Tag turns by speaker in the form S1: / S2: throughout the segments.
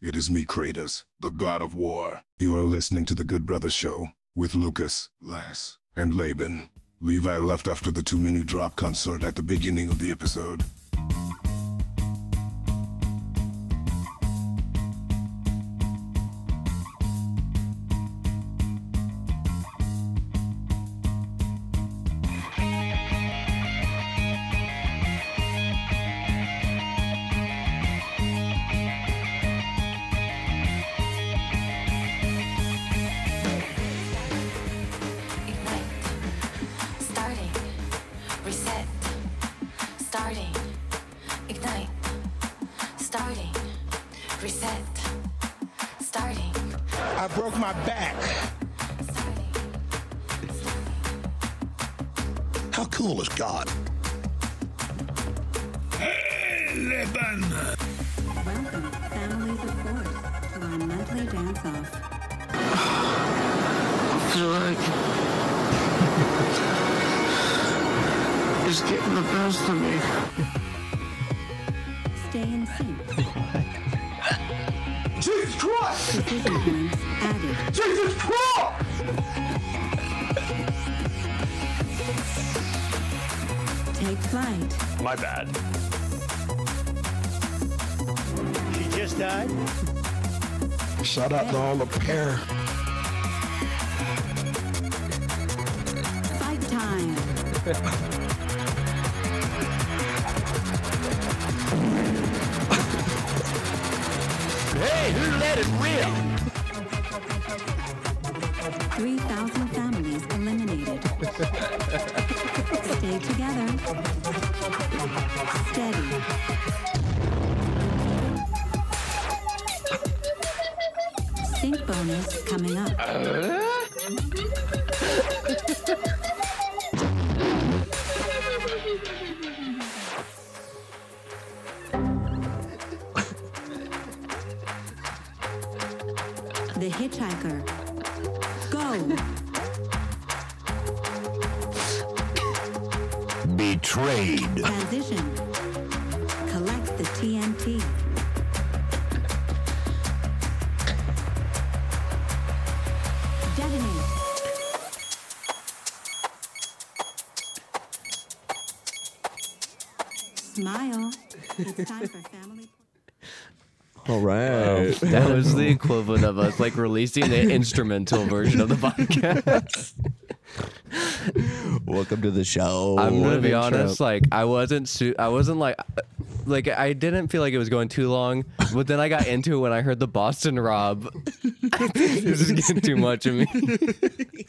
S1: It is me, Kratos, the god of war. You are listening to The Good Brother Show with Lucas, Lass, and Laban. Levi left after the two minute drop concert at the beginning of the episode.
S2: Starting. Reset. Starting. Ignite. Starting. Reset. Starting.
S3: I broke my back.
S2: Starting.
S3: How cool is God?
S4: Welcome, families of fours, to our monthly dance-off.
S5: feel like it's getting the best of me.
S4: Stay in sync. Jesus Christ! Precision points added. Jesus Christ! Take flight.
S6: My bad.
S7: She just died.
S3: Shout out to all the pair.
S4: Fight time.
S6: Hey, who let it rip?
S4: 3,000 families eliminated. Stay together. Steady. Sync bonus coming up. The Hitchhiker. Go!
S6: Betrayed.
S4: Transition. Collect the TNT. Detonate. Smile. It's time for family.
S8: All right.
S9: That was the equivalent of us like releasing the instrumental version of the podcast.
S8: Welcome to the show.
S9: I'm
S8: What
S9: gonna
S8: an
S9: be
S8: intro.
S9: honest, like I wasn't, su- I wasn't like, like I didn't feel like it was going too long, but then I got into it when I heard the Boston Rob. this is getting too much of me.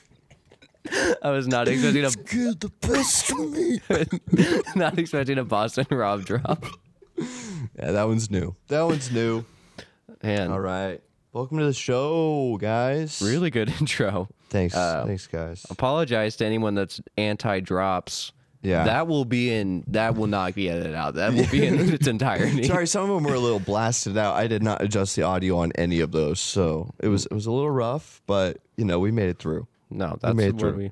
S9: I was not expecting a
S8: Good, the best for me.
S9: not expecting a Boston Rob drop.
S8: Yeah, that one's new. That one's new.
S9: And
S8: All right. Welcome to the show, guys.
S9: really Uh, good intro.
S8: Thanks. Thanks, guys.
S9: Apologize to anyone that's anti drops.
S8: Yeah.
S9: That will be in that will not be edited out. That will be in its entirety.
S8: Sorry, some of them were a little blasted out. I did not adjust the audio on any of those, so it was it was a little rough, but you know we made it through.
S9: No, that's
S8: made it
S9: where
S8: through.
S9: we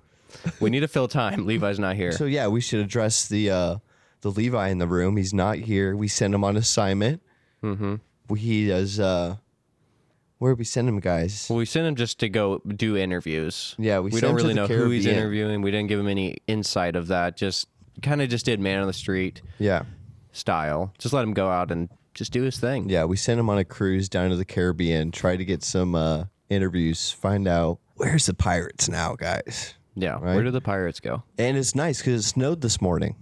S9: we need to fill time. Levi's not here.
S8: So yeah, we should address the uh, the Levi in the room. He's not here. We sent him on assignment. Mm-hmm. He does. Uh, where did we send him, guys?
S9: Well, we sent him just to go do interviews.
S8: Yeah, we
S9: we
S8: sent him
S9: don't really
S8: to
S9: know
S8: the
S9: who he's
S8: Caribbean.
S9: interviewing. We didn't give him any insight of that. Just kind of just did man on the street
S8: Yeah,
S9: style. Just let him go out and just do his thing.
S8: yeah. We sent him on a cruise down to the Caribbean. Try to get some uh, interviews. Find out where's the pirates now, guys.
S9: Yeah.
S8: Right.
S9: Where do the pirates go?
S8: And it's nice because it snowed this morning.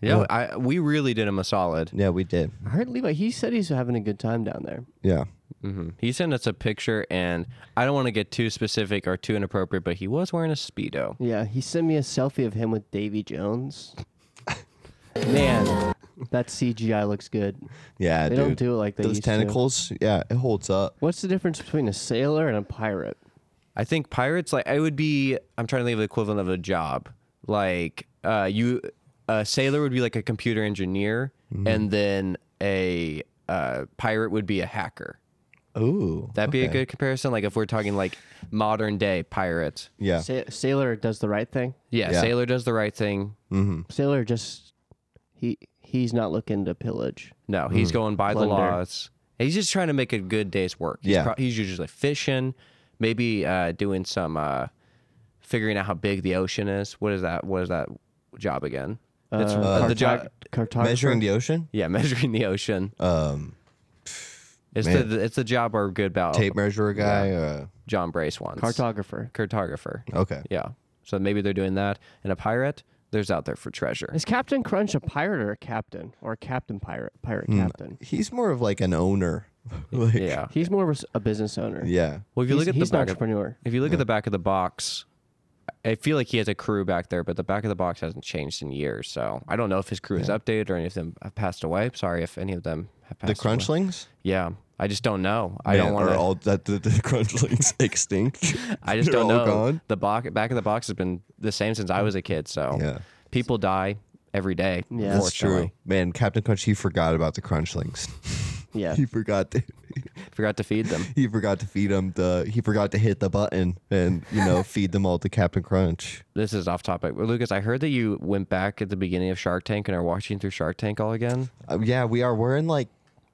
S9: Yeah. I, we really did him a solid.
S8: Yeah, we did.
S10: I heard Levi. He said he's having a good time down there.
S8: Yeah.
S9: He sent us a picture, and I don't want to get too specific or too inappropriate, but he was wearing a speedo.
S10: Yeah, he sent me a selfie of him with Davy Jones. Man, that CGI looks good.
S8: Yeah,
S10: They
S8: dude.
S10: don't do it like they
S8: Those
S10: used to.
S8: tentacles, yeah, it holds up.
S10: What's the difference between a sailor and a pirate?
S9: I think pirates, like, I would be, I'm trying to think of the equivalent of a job. Like, uh, you, a sailor would be like a computer engineer, and then a uh, pirate would be a hacker.
S8: Ooh,
S9: That'd be a good comparison. Like, if we're talking like modern day pirates,
S8: Yeah,
S10: Sa- sailor does the right thing.
S9: yeah,
S8: Yeah.
S9: sailor does the right thing.
S10: Sailor just he he's not looking to pillage.
S8: Hmm.
S9: No, he's going by the
S10: Plunder.
S9: laws. He's just trying to make a good day's work. He's
S8: Yeah.
S9: he's usually fishing, maybe uh, doing some uh, figuring out how big the ocean is. What is that? What is that job again? That's uh, the job.
S10: Cartographer?
S8: Measuring the ocean,
S9: Yeah, measuring the ocean.
S8: um,
S9: It's
S8: man.
S9: the it's the job our good pal
S8: tape measurer guy. Uh,
S9: John Brace wants.
S10: Cartographer.
S9: Cartographer.
S8: okay,
S9: Yeah. So maybe they're doing that. And a pirate, there's out there for treasure.
S10: Is Captain Crunch a pirate or a captain? Or a captain pirate? Pirate captain?
S8: he's more of like an owner. Like,
S9: Yeah.
S10: He's more of a s- a, business owner.
S8: yeah.
S9: Well, if you
S10: He's-
S9: look at
S10: he's
S9: the
S10: an
S9: back of-
S10: entrepreneur.
S9: if you look at the back of the box, I feel like he has a crew back there, but the back of the box hasn't changed in years. So I don't know if his crew is updated or any of them have passed away. Sorry if any of them have
S8: The
S9: passed. away.
S8: Crunchlings.
S9: Yeah, I just don't know. I don't
S8: Man,
S9: want
S8: are
S9: to.
S8: all that the, the Crunchlings extinct.
S9: I just
S8: They're
S9: don't know.
S8: all gone?
S9: The box, back of the box has been the same since I was a kid. So
S8: Yeah.
S9: people die every day.
S10: Yeah.
S8: That's
S9: unfortunately.
S8: true, man. Captain Crunch, he forgot about the Crunchlings.
S10: Yeah.
S8: he forgot to,
S9: Forgot to feed them.
S8: he forgot to feed them the he forgot to hit the button and you know feed them all to Captain Crunch.
S9: This is off topic. But Lucas, I heard that you went back at the beginning of Shark Tank and are watching through Shark Tank all again.
S8: Uh, yeah, we are. We're in like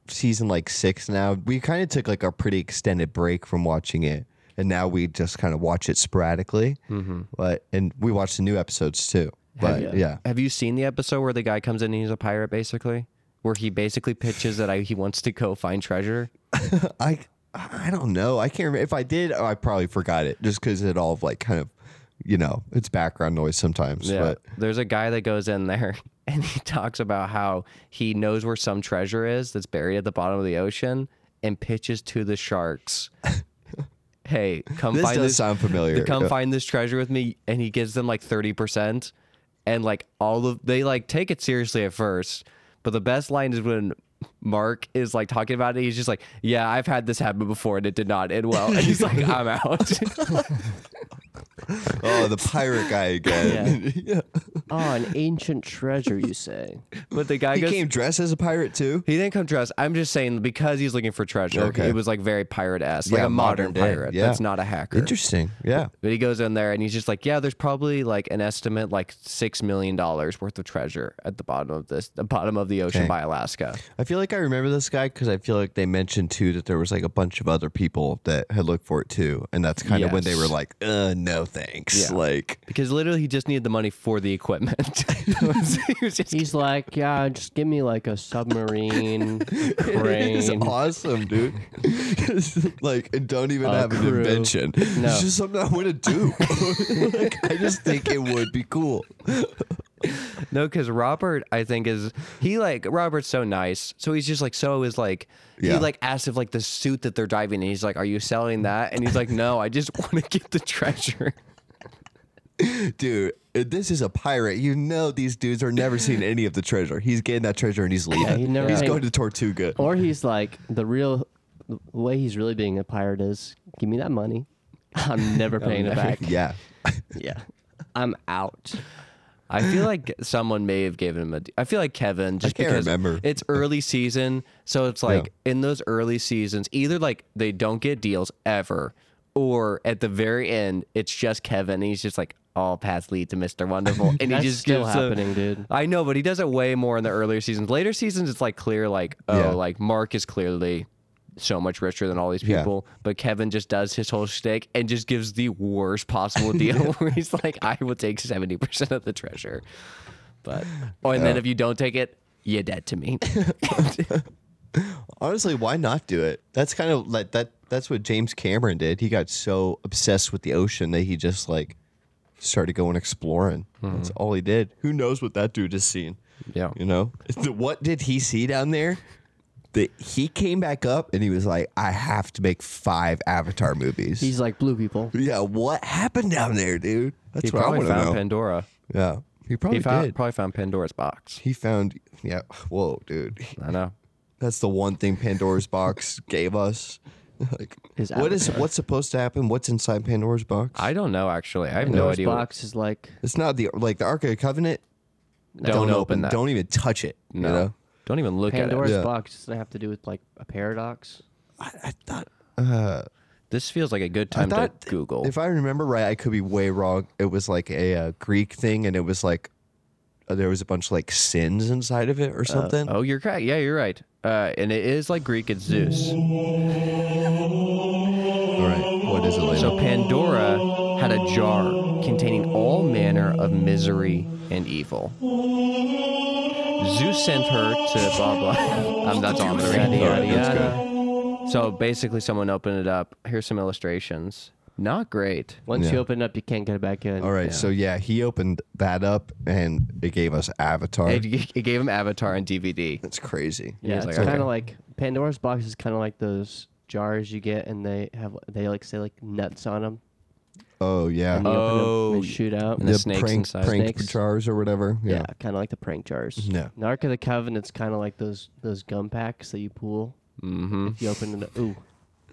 S8: season like six now. We kind of took like a pretty extended break from watching it, and now we just kind of watch it sporadically. Mm-hmm. But and we watch the new episodes too. But yeah.
S9: Have you seen the episode where the guy comes in and he's a pirate, basically? Where he basically pitches that I, he wants to go find treasure.
S8: I I don't know. I can't remember if I did. I probably forgot it just because it all like kind of you know it's background noise sometimes. But
S9: There's a guy that goes in there and he talks about how he knows where some treasure is that's buried at the bottom of the ocean and pitches to the sharks. hey, come
S8: This
S9: find
S8: does
S9: this
S8: sound familiar.
S9: Come
S8: Yeah.
S9: find this treasure with me and he gives them like 30% and like all of they like take it seriously at first. But the best line is when Mark is like talking about it. He's just like, "Yeah, I've had this happen before, and it did not end well." And he's like, "I'm out."
S8: oh, the pirate guy again. yeah.
S10: Oh, an ancient treasure, you say?
S9: but the guy
S8: He
S9: goes,
S8: came dressed as a pirate too.
S9: He didn't come dressed. I'm just saying because he's looking for treasure.
S8: Okay.
S9: It was like very pirate esque, like
S8: Yeah,
S9: a modern,
S8: modern day,
S9: pirate.
S8: yeah.
S9: That's not a hacker.
S8: Interesting. Yeah.
S9: But he goes in there and he's just like, yeah, there's probably like an estimate like six million dollars worth of treasure at the bottom of this, the bottom of the ocean
S8: Dang.
S9: by Alaska.
S8: I feel like I remember this guy because I feel like they mentioned too that there was like a bunch of other people that had looked for it too, and that's kind of when they were
S9: Yes.
S8: like, "Uh, no thanks."
S9: Yeah.
S8: Like,
S9: Because literally, he just needed the money for the equipment. He was just-
S10: He's like, yeah, just give me like a submarine, a
S8: it's
S10: crane.
S8: awesome, dude. like, and don't even
S10: A
S8: have an
S10: crew.
S8: invention. It's
S10: No.
S8: just something I want to do. like, I just think it would be cool.
S9: No, because Robert, I think is he like Robert's so nice, so he's just like so is like
S8: Yeah.
S9: he like asks if like the suit that they're diving in, he's like, "Are you selling that?" And he's like, "No, I just want to get the treasure."
S8: Dude, this is a pirate. You know these dudes are never seeing any of the treasure. He's getting that treasure and he's leaving.
S10: he never
S8: he's
S10: hang-
S8: going to Tortuga.
S10: Or he's like, the real the way he's really being a pirate is, give me that money. I'm never
S9: Oh,
S10: paying it back.
S8: yeah.
S10: Yeah. I'm out.
S9: I feel like someone may have given him a. I feel like Kevin just
S8: can't
S9: because
S8: remember.
S9: it's early season, so it's like in those early seasons, either like they don't get deals ever, or at the very end, it's just Kevin. And he's just like all paths lead to Mister Wonderful, and
S10: That's
S9: he just
S10: still
S9: gives a-
S10: happening, dude.
S9: I know, but he does it way more in the earlier seasons. Later seasons, it's like clear, like oh,
S8: Yeah.
S9: like Mark is clearly so much richer than all these
S8: Yeah.
S9: people, but Kevin just does his whole shtick and just gives the worst possible deal, where he's like, I will take seventy percent of the treasure, but oh, and then if you don't take it, you're dead to me.
S8: Honestly, why not do it? That's kind of like that. That's what James Cameron did. He got so obsessed with the ocean that he just like started going exploring. That's all he did. Who knows what that dude is seeing?
S9: yeah,
S8: You know, The- what did he see down there? That he came back up and he was like, I have to make five Avatar movies.
S10: He's like blue people.
S8: yeah, what happened down there, dude? That's
S9: he
S8: what I
S9: probably
S8: want to
S9: found
S8: know.
S9: Pandora.
S8: yeah, he probably
S9: He found,
S8: did.
S9: probably found Pandora's box.
S8: he found, yeah, whoa, dude.
S9: I know.
S8: That's the one thing Pandora's box gave us. Like,
S10: Is
S8: what is
S10: Avatar.
S8: what's supposed to happen? What's inside Pandora's box?
S9: I don't know actually. I have no
S10: Pandora's
S9: idea. what-
S10: box is like,
S8: it's not the like the Ark of the Covenant.
S9: Don't, open, that.
S8: Don't even touch it. No.
S9: no.
S8: You know?
S9: Don't even look at it.
S10: Pandora's
S8: Yeah.
S10: box doesn't have to do with like a paradox.
S8: I, I thought
S9: This feels like a good
S8: I
S9: time to
S8: thought
S9: Google.
S8: If I remember right, I could be way wrong. It was like a, uh Greek thing, and it was like there was a bunch of like sins inside of it
S10: Uh,
S8: or something.
S9: Oh, you're correct. Yeah, you're right. Uh, and it is like Greek. It's Zeus.
S8: All right, what is it? Lena?
S9: So Pandora had a jar containing all manner of misery and evil. Zeus sent her to blah blah. Um, that's all. I'm
S10: Yada,
S9: gonna read.
S10: yada,
S8: that's
S10: yada.
S9: So basically, someone opened it up. Here's some illustrations. Not great.
S10: Once
S8: Yeah.
S10: you open it up, you can't get it back in.
S8: All right, so yeah, he opened that up and it gave us Avatar.
S9: It, it gave him Avatar on DVD.
S8: That's crazy.
S10: Yeah,
S9: It's
S10: it's,
S9: like, okay.
S10: kind of like Pandora's box is kind of like those jars you get, and they have they like say like nuts on them.
S8: Oh yeah,
S10: And you open 'em
S9: Oh,
S10: and they shoot out.
S9: and the snakes
S8: prank
S9: inside.
S8: prank
S10: Snakes.
S8: jars or whatever.
S10: yeah,
S8: Yeah.
S10: kind of like the prank jars.
S8: Yeah.
S10: And Ark of the Covenant's kind of like those those gum packs that you pull. Mm-hmm. If you open it, up- ooh,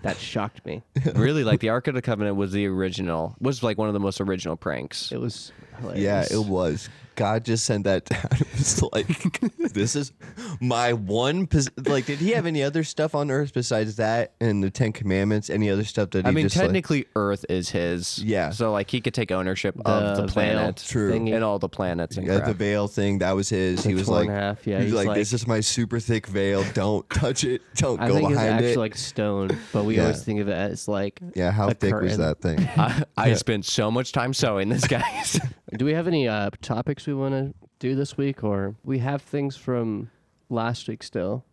S10: that shocked me.
S9: really, like the Ark of the Covenant was the original. Was like one of the most original pranks.
S10: It was
S8: Yeah,
S10: hilarious.
S8: it was. God just sent that down. It was like, this is my one. Pos- like, did he have any other stuff on Earth besides that and the Ten Commandments? Any other stuff that he
S9: I mean,
S8: just like-
S9: technically, Earth is his.
S8: Yeah.
S9: So like he could take ownership
S10: The
S9: of the
S10: veil
S9: planet,
S8: True.
S10: thingy.
S9: and all the planets and
S8: Yeah,
S9: crap.
S8: the veil thing that was his. he was
S10: torn
S8: like,
S10: in half, yeah,
S8: he was
S10: he's
S8: like,
S10: like-
S8: this is my super thick veil. Don't touch it. Don't
S10: I
S8: go
S10: think it's
S8: behind
S10: actually
S8: it.
S10: like stone, but we
S8: Yeah.
S10: always think of it as like
S8: yeah, how
S10: a
S8: thick was
S10: curtain.
S8: that thing?
S9: I, I spent so much time sewing this, guys.
S10: Do we have any uh, topics we want to do this week, or we have things from last week still?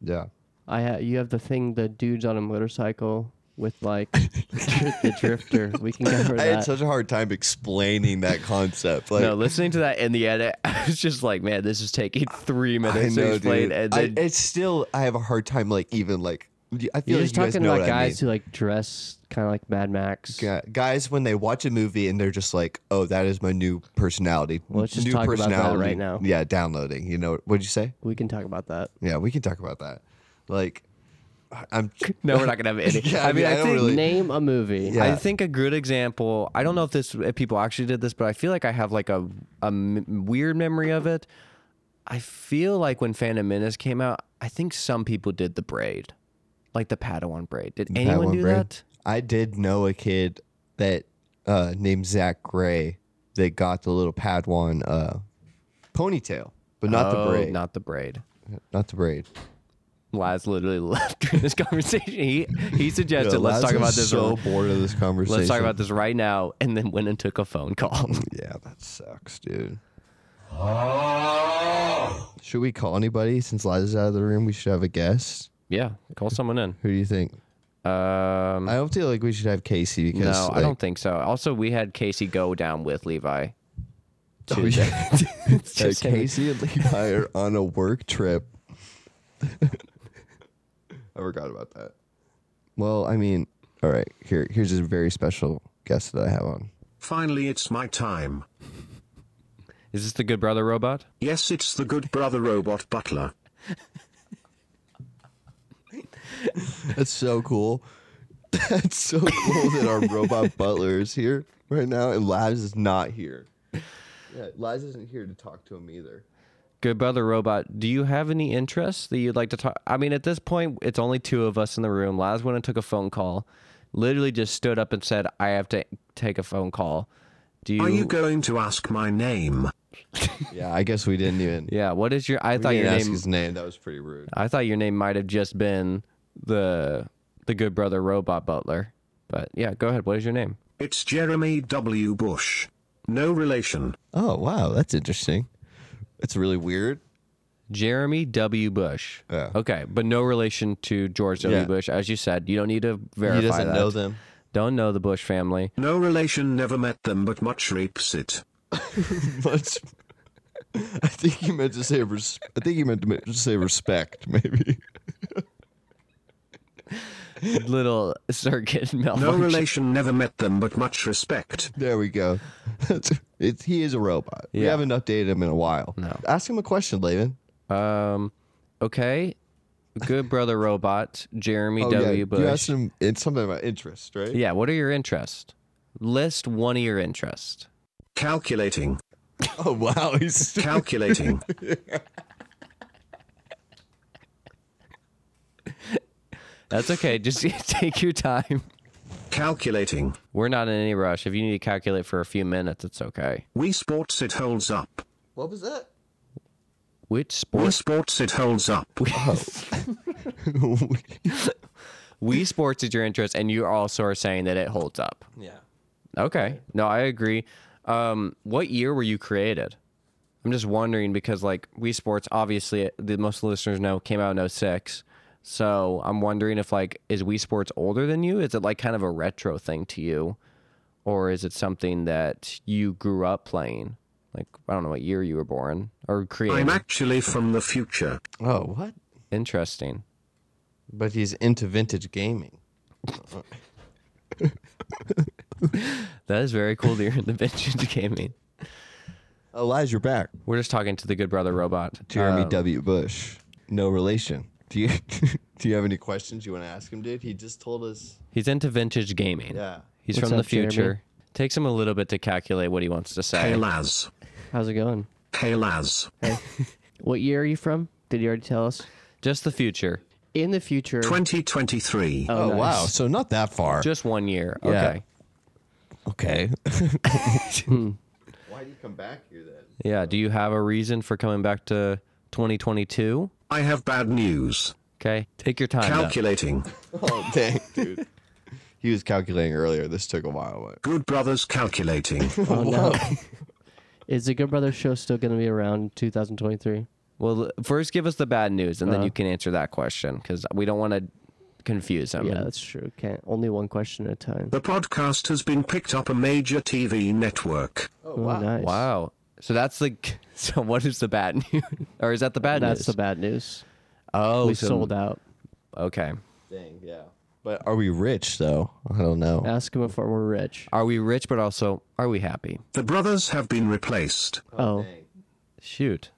S8: yeah.
S10: I ha- you have the thing the dudes on a motorcycle with like the drifter. We can cover
S8: I had
S10: that.
S8: such a hard time explaining that concept. Like,
S9: no, listening to that in the edit, I was just like, man, this is taking three
S8: I
S9: minutes to
S8: know,
S9: explain.
S8: dude.
S9: And
S8: I-
S9: then,
S8: it's still. I have a hard time, like even like. I feel
S10: You're
S8: like
S10: just
S8: you guys
S10: talking
S8: know
S10: about
S8: what I mean.
S10: guys who like dress kind of like Mad Max.
S8: Gu- guys when they watch a movie and they're just like, "Oh, that is my new personality."
S10: Let's just
S8: new
S10: talk about that right now.
S8: Yeah, downloading. You know what'd you say?
S10: We can talk about that.
S8: Yeah, we can talk about that. Like, I'm
S9: no, we're not gonna have any.
S8: Yeah,
S9: I mean, I,
S8: don't
S9: think
S8: really-
S10: Name a movie.
S8: Yeah.
S9: I think a good example. I don't know if this if people actually did this, but I feel like I have like a a m- weird memory of it. I feel like when Phantom Menace came out, I think some people did the braid, like the Padawan braid. Did anyone
S8: one,
S9: do
S8: Brad.
S9: that?
S8: I did know a kid that uh, named Zach Gray that got the little Padawan uh, ponytail, but not
S9: Oh,
S8: the braid. Not,
S9: Not the braid.
S8: the braid.
S9: Laz literally left during this conversation. He he suggested
S8: Yo,
S9: let's
S8: Laz
S9: talk
S8: was
S9: about this.
S8: So bored of this conversation.
S9: let's talk about this right now, and then went and took a phone call.
S8: Yeah, that sucks, dude. Should we call anybody since Liza's out of the room? We should have a guest.
S9: yeah, call someone in.
S8: Who do you think?
S9: Um,
S8: I don't feel like we should have Casey because
S9: no, I don't think so. Also, we had Casey go down with Levi.
S8: think. Oh, yeah.
S9: It's
S8: Uh,
S9: just him.
S8: Casey and Levi are on a work trip. I forgot about that. Well, I mean, all right. Here, here's a very special guest that I have on.
S11: Finally, it's my time.
S9: Is this the Good Brother robot?
S11: Yes, it's the good brother robot butler.
S8: That's so cool. That's so cool that our robot butler is here right now and Liz is not here. Yeah, Liz isn't here to talk to him either.
S9: Good Brother robot, do you have any interests that you'd like to talk? I mean, at this point, it's only two of us in the room. Laz went and took a phone call. Literally just stood up and said, "I have to take a phone call." Do you?
S11: Are you going to ask my name?
S8: Yeah, I guess we didn't even.
S9: yeah. What is your? I
S8: I
S9: thought your
S8: ask
S9: name.
S8: his name. That was pretty rude.
S9: I thought your name might have just been the the Good Brother Robot Butler. But yeah, go ahead. What is your name?
S11: It's Jeremy W. Bush. No relation.
S8: Oh wow, that's interesting. It's really weird.
S9: Jeremy W. Bush.
S8: Yeah.
S9: Okay, but no relation to George W.
S8: Oh. Yeah.
S9: Bush, as you said. You don't need to verify
S8: he doesn't
S9: that.
S8: know them.
S9: Don't know the Bush family.
S11: No relation, never met them, but much rapes it.
S8: But I think you meant to say. Res- I think you meant to ma- to say respect. Maybe.
S9: Little circuit
S11: No
S9: malfunction.
S11: relation, never met them, but much respect.
S8: There we go. it's, he is a robot. We
S9: Yeah.
S8: haven't updated him in a while. No. Ask him a question, Levin.
S9: Um, okay. Good brother robot, Jeremy W.
S8: Oh, yeah.
S9: Bush.
S8: You asked him it's something about interest, right?
S9: yeah, what are your interests? List one of your interests.
S11: Calculating.
S8: Oh wow, he's
S11: Calculating.
S9: That's okay. Just take your time.
S11: Calculating.
S9: We're not in any rush. If you need to calculate for a few minutes, it's okay.
S11: We Sports it holds up.
S12: What was that?
S9: Which sport?
S11: What sports it holds up?
S9: Wii Sports is your interest, and you also are saying that it holds up.
S12: Yeah.
S9: Okay. No, I agree. Um, what year were you created? I'm just wondering because like Wii Sports, obviously, the most listeners know came out in 06. So I'm wondering if like is Wii Sports older than you? Is it like kind of a retro thing to you, or is it something that you grew up playing? Like I don't know what year you were born or created.
S11: I'm actually from the future.
S8: Oh, what?
S9: Interesting.
S8: But he's into vintage gaming.
S9: That is very cool that you're in the vintage gaming.
S8: Elijah, you're back.
S9: We're just talking to the good brother robot.
S8: Jeremy
S9: Um,
S8: W. Bush, no relation. Do you do you have any questions you want to ask him, dude? He just told us.
S9: He's into vintage gaming.
S8: Yeah.
S9: He's
S8: What's
S9: from the
S8: up, Jeremy?
S9: future. Takes him a little bit to calculate what he wants to say.
S11: Hey, Laz.
S10: How's it going?
S11: Hey, Laz.
S10: What year are you from? Did you already tell us?
S9: Just the future.
S10: In the future.
S11: 2023.
S10: Oh, nice.
S8: So not that far.
S9: Just one year.
S8: Yeah.
S9: Okay.
S8: Okay. Hmm. Why do you come back here then?
S9: yeah. Do you have a reason for coming back to 2022?
S11: I have bad news.
S9: Okay. Take your time. though.
S11: Calculating.
S8: Oh dang, dude. he was calculating earlier. This took a while.
S11: Good brothers calculating.
S10: Oh, no. Is the Good Brothers show still going to be around in 2023?
S9: Well, l- first give us the bad news, and then
S10: Uh-huh.
S9: you can answer that question because we don't want to confuse him.
S10: Yeah, that's true. Can't only one question at a time.
S11: The podcast has been picked up a major TV network.
S10: Oh, wow. nice.
S9: Wow. So that's the. So what is the bad news? Or is that the bad
S10: That's
S9: news?
S10: the bad news.
S9: Oh,
S10: we
S9: so-
S10: sold out.
S9: Okay.
S8: Dang, yeah. But are we rich though? I don't know.
S10: Ask him if we're rich.
S9: Are we rich, but also are we happy?
S11: The brothers have been replaced.
S10: Oh,
S9: Shoot.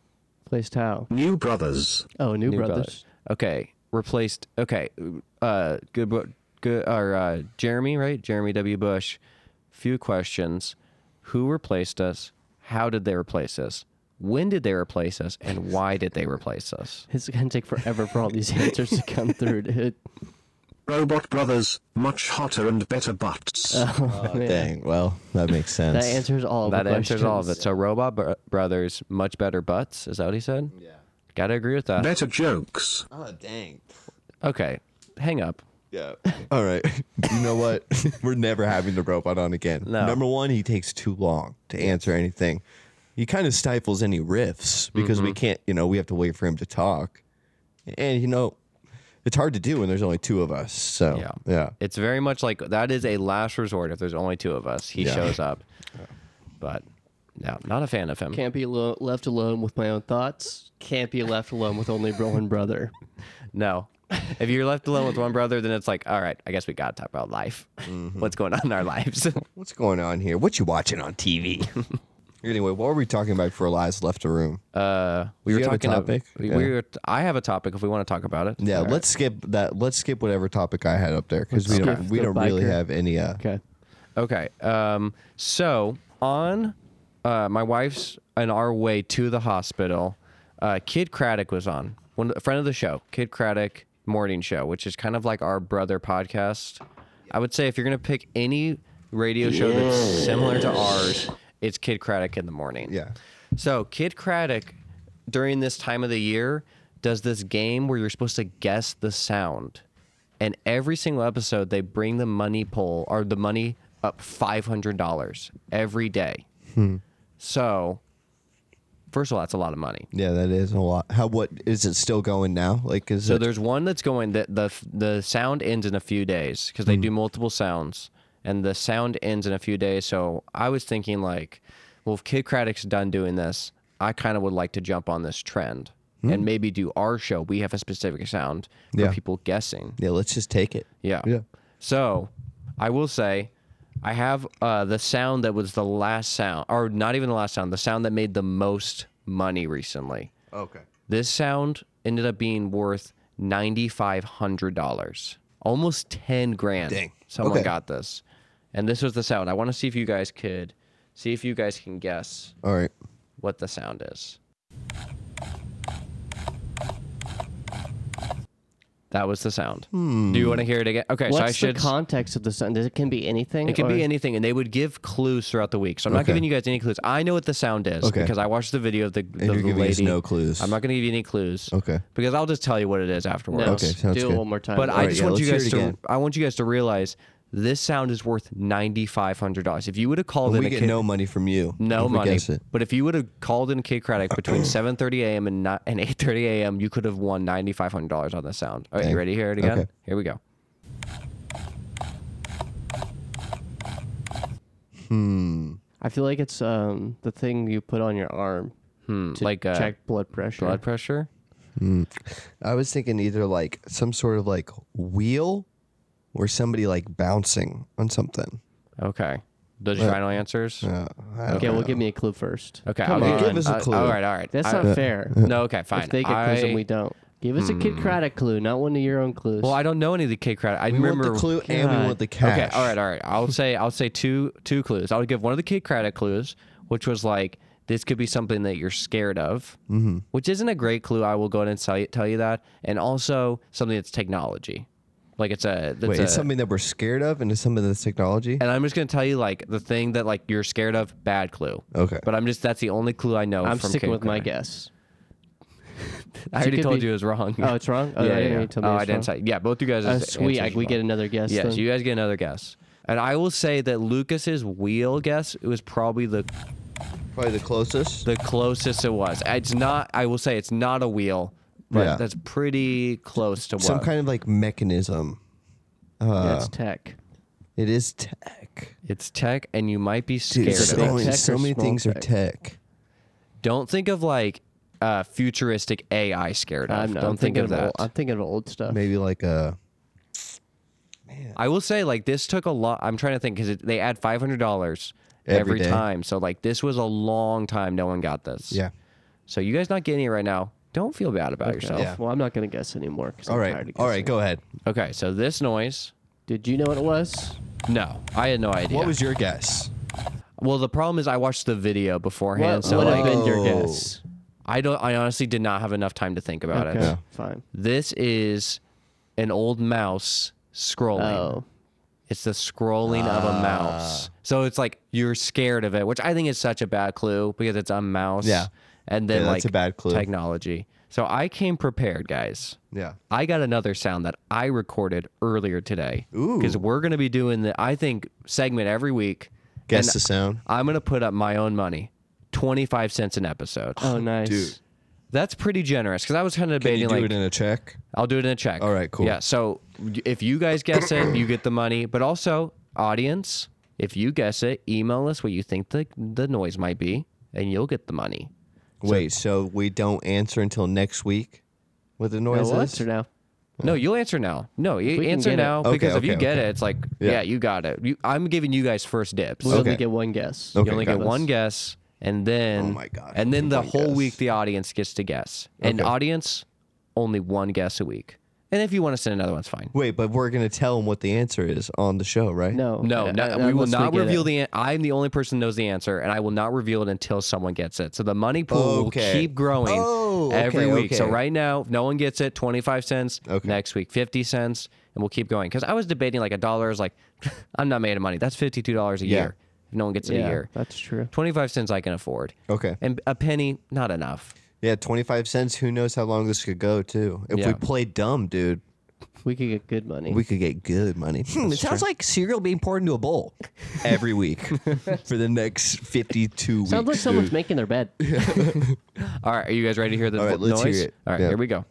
S10: placed how?
S11: New brothers.
S10: Oh, new, brothers.
S9: Okay, replaced. Okay, uh, good, bro- good. Or uh, Jeremy, right? Jeremy W. Bush. Few questions. Who replaced us? How did they replace us? When did they replace us? And why did they replace us?
S10: It's gonna take forever for all these answers to come through, dude.
S11: Robot brothers, much hotter and better butts.
S10: Oh, man.
S8: Dang. Well, that makes sense.
S10: That answers all of
S9: that
S10: the
S9: answers all of it.
S10: questions.
S9: So, Robot br- Brothers, much better butts. Is that what he said? Yeah. Gotta agree with that.
S11: Better jokes.
S8: Oh dang.
S9: Okay, hang up.
S8: Yeah. All right. You know what? We're never having the robot on again.
S9: No.
S8: Number one, he takes too long to answer anything. He kind of stifles any riffs because we can't, you know, we have to wait for him to talk. And, you know, it's hard to do when there's only two of us. So, yeah.
S9: It's very much like that is a last resort. If there's only two of us, he
S8: Yeah.
S9: shows up. But no, not a fan of him.
S10: Can't be lo- left alone with my own thoughts. Can't be left alone with only one brother.
S9: No. If you're left alone with one brother, then it's like, all right, I guess we gotta talk about life. What's going on in our lives?
S8: What's going on here? What you watching on TV? anyway, what were we talking about before Liz left the room?
S9: Uh, we
S8: Do
S9: were
S8: you have a
S9: talking. ab-
S8: topic?
S9: we,
S8: Yeah.
S9: we were. I have a topic if we want to talk about it.
S8: yeah,
S9: All right.
S8: let's skip that. Let's skip whatever topic I had up there because we
S10: Let's
S8: don't
S10: skip
S8: we
S10: the
S8: don't really
S10: biker.
S8: have any. Uh,
S10: Okay.
S9: Okay. Um. So on, uh, my wife's and our way to the hospital, uh, Kid Craddock was on one a friend of the show, Kid Craddock Morning Show, which is kind of like our brother podcast. I would say if you're gonna pick any radio show that's similar to ours, it's Kid Craddock in the morning.
S8: Yeah.
S9: So Kid Craddock, during this time of the year, does this game where you're supposed to guess the sound, and every single episode they bring the money pool or the money up five hundred dollars every day. So, first of all, that's a lot of money.
S8: Yeah, that is a lot. How what is it still going now? Like is
S9: So
S8: it
S9: there's one that's going that the the sound ends in a few days because they
S8: Mm.
S9: do multiple sounds, and the sound ends in a few days. So I was thinking like, well, if Kid Craddock's done doing this, I kind of would like to jump on this trend and maybe do our show. We have a specific sound for
S8: Hmm. Yeah.
S9: people guessing.
S8: Yeah, let's just take it.
S9: Yeah.
S8: Yeah.
S9: So I will say I have uh, the sound that was the last sound, or not even the last sound, the sound that made the most money recently.
S8: Okay.
S9: This sound ended up being worth $9,500, almost 10 grand.
S8: Dang.
S9: Someone
S8: Okay.
S9: got this. And this was the sound. I want to see if you guys could see if you guys can guess
S8: All right.
S9: what the sound is. That was the sound.
S8: Hmm.
S9: Do you want to hear it again? Okay,
S10: What's
S9: so I should.
S10: the context of the sound? It can be anything.
S9: It can
S10: or-
S9: be anything, and they would give clues throughout the week. So I'm not
S10: Okay.
S9: giving you guys any clues. I know what the sound is
S8: Okay.
S9: because I watched the video of the, the,
S8: you're
S9: the
S8: giving us
S9: lady.
S8: no clues.
S9: I'm not going to give you any clues.
S8: Okay.
S9: Because I'll just tell you what it is afterwards.
S8: No, Okay, sounds do it good. one more time.
S9: But I
S8: Alright,
S9: just
S8: yeah,
S9: want you
S8: let's
S9: guys
S8: hear it
S9: to.
S8: again.
S9: I want you guys to realize this sound is worth ninety five hundred dollars. If you would have called
S8: And
S9: in,
S8: we
S9: a
S8: get
S9: kid,
S8: no money from you.
S9: no
S8: if we
S9: money.
S8: guess it.
S9: But if you would have called in Kid Craddock between 7:30 a.m. and ni- and 8:30 a.m., you could have won ninety five hundred dollars on the sound. All right,
S8: Dang.
S9: you ready? to Hear it again.
S8: Okay.
S9: Here we go.
S8: Hmm.
S10: I feel like it's um the thing you put on your arm to
S9: like, uh,
S10: check blood pressure.
S9: Blood pressure.
S8: Hmm. I was thinking either like some sort of like wheel or somebody like bouncing on something.
S9: Okay. Those your
S8: But-
S9: final answers?
S8: I don't
S10: okay, well,
S8: know.
S10: give me a clue first.
S9: Okay, I'll
S10: Come on.
S9: give you- Give us a uh, clue. all right, all right.
S10: That's
S9: I-
S10: not
S9: Uh,
S10: fair.
S9: no, okay, fine.
S10: If they get clues
S9: I-
S10: and we don't, give us a Kid Craddock clue, not one of your own clues.
S9: Well, I don't know any of the Kid Craddock. I
S10: We want the
S9: remember
S10: clue and we want the cash.
S9: Okay, all right, all right. I'll say I'll say two two clues. I would give one of the Kid Craddock clues, which was like this could be something that you're scared of,
S10: Mm-hmm.
S8: Mhm.
S9: which isn't a great clue. I will go ahead and tell you, tell you that, and also something that's technology, like it's a that's
S8: Wait,
S9: a,
S8: it's something that we're scared of, and it's something that's technology.
S9: And I'm just gonna tell you like the thing that like you're scared of, bad clue.
S8: Okay.
S9: But I'm just that's the only clue I know.
S10: I'm
S9: from
S10: sticking
S9: Kid
S10: with my
S9: Craddock.
S10: guess.
S9: I
S10: It
S9: already
S10: could
S9: told
S10: be-
S9: you it was wrong.
S10: Oh, it's wrong? Oh,
S9: yeah,
S10: I
S9: yeah,
S10: didn't
S9: yeah.
S10: really tell me
S9: oh,
S10: it
S9: I
S10: was
S9: didn't
S10: wrong.
S9: say. Yeah, both you guys.
S10: Uh,
S9: answers
S10: sweet, I-
S9: were
S10: we get
S9: wrong.
S10: another guess
S9: Yes,
S10: then?
S9: you guys get another guess. And I will say that Lucas's wheel guess was probably the
S8: probably the closest.
S9: The closest it was. It's not. I will say it's not a wheel, but
S8: Yeah.
S9: that's pretty close to what.
S8: Some kind of like mechanism. Uh,
S9: Yeah, it's
S10: tech.
S8: It is tech.
S9: It's tech, and you might be
S8: Dude,
S9: scared.
S8: so,
S9: of it.
S8: many- so many things are tech.
S9: Don't think of like uh, futuristic AI scared of.
S10: I'm not-
S9: Don't
S10: I'm
S9: think
S10: thinking
S9: of
S10: of
S9: that.
S10: old- I'm thinking of old stuff.
S8: Maybe like uh, a
S9: I will say like this took a lot. I'm trying to think because they add five hundred dollars
S8: Every
S9: every
S8: day.
S9: time. So like this was a long time. No one got this.
S8: Yeah.
S9: So you guys not getting it right now. Don't feel bad about yourself.
S10: Well, I'm not gonna guess anymore. 'cause
S9: All
S10: I'm
S9: right,
S10: Tired of
S9: all right,
S10: guessing.
S9: go ahead. Okay, so this noise.
S10: Did you know what it was?
S9: No, I had no idea.
S8: What was your guess?
S9: Well, the problem is I watched the video beforehand,
S10: What
S9: so
S10: would
S9: like,
S10: have been your guess?
S9: I don't. I honestly did not have enough time to think about
S10: Okay,
S9: it.
S10: Yeah. fine.
S9: This is an old mouse scrolling.
S8: Oh.
S9: It's the scrolling of
S8: Ah.
S9: a mouse. So it's like you're scared of it, which I think is such a bad clue because it's a mouse.
S8: Yeah.
S9: And then
S8: Yeah,
S9: like
S8: that's a bad clue.
S9: technology. So I came prepared, guys.
S8: Yeah.
S9: I got another sound that I recorded earlier today.
S8: Ooh.
S9: Because we're gonna be doing the I think segment every week.
S8: Guess
S9: and
S8: the sound.
S9: I'm gonna put up my own money, twenty five cents an episode.
S10: Oh, nice.
S8: Dude.
S9: That's pretty generous because I was kind of
S8: Can
S9: debating
S8: you do
S9: like
S8: it in a check?
S9: I'll do it in a check. All right,
S8: cool.
S9: Yeah. So if you guys guess it, you get the money. But also, audience, if you guess it, email us what you think the the noise might be, and you'll get the money.
S8: Wait, so we don't answer until next week with the noises?
S10: answer now.
S9: No, you'll answer now. No, you
S10: we can
S9: answer
S10: get it.
S9: now
S8: Okay,
S9: because if you
S8: okay,
S9: get
S8: okay.
S9: it, it's like yeah,
S8: Yeah.
S9: you got it. You, I'm giving you guys first dips.
S10: We only get one guess.
S9: you only
S10: got
S9: get
S10: it.
S9: one guess, and then oh my god, and then the whole week the audience gets to guess. And
S8: Okay.
S9: audience, only one guess a week. And if you want to send another one, it's fine.
S8: Wait, but we're gonna tell them what the answer is on the show, right?
S10: No,
S9: No, no we will not reveal the. An- I'm the only person who knows the answer, and I will not reveal it until someone gets it. So the money pool
S8: Okay.
S9: will keep growing
S8: Oh,
S9: every
S8: okay,
S9: week. So
S8: okay.
S9: right now, if no one gets it. Twenty five cents. Next week, fifty cents, and we'll keep going. Because I was debating like a dollar is like, I'm not made of money. That's fifty two dollars a
S8: Yeah.
S9: year. If no one gets it
S10: Yeah,
S9: a year,
S10: that's true.
S9: Twenty five cents I can afford.
S8: Okay.
S9: and a penny not enough.
S8: Yeah, twenty five cents. Who knows how long this could go too? If
S9: Yeah.
S8: we play dumb, dude,
S10: we could get good money.
S8: We could get good money. Hmm, it sounds like cereal being poured into a bowl every week for the next fifty two weeks.
S10: Sounds like someone's
S8: dude.
S10: making their bed.
S9: All right, are you guys ready to hear the
S8: All right,
S9: vo-
S8: let's hear
S9: noise?
S8: it.
S9: All right,
S8: Yeah.
S9: here we go.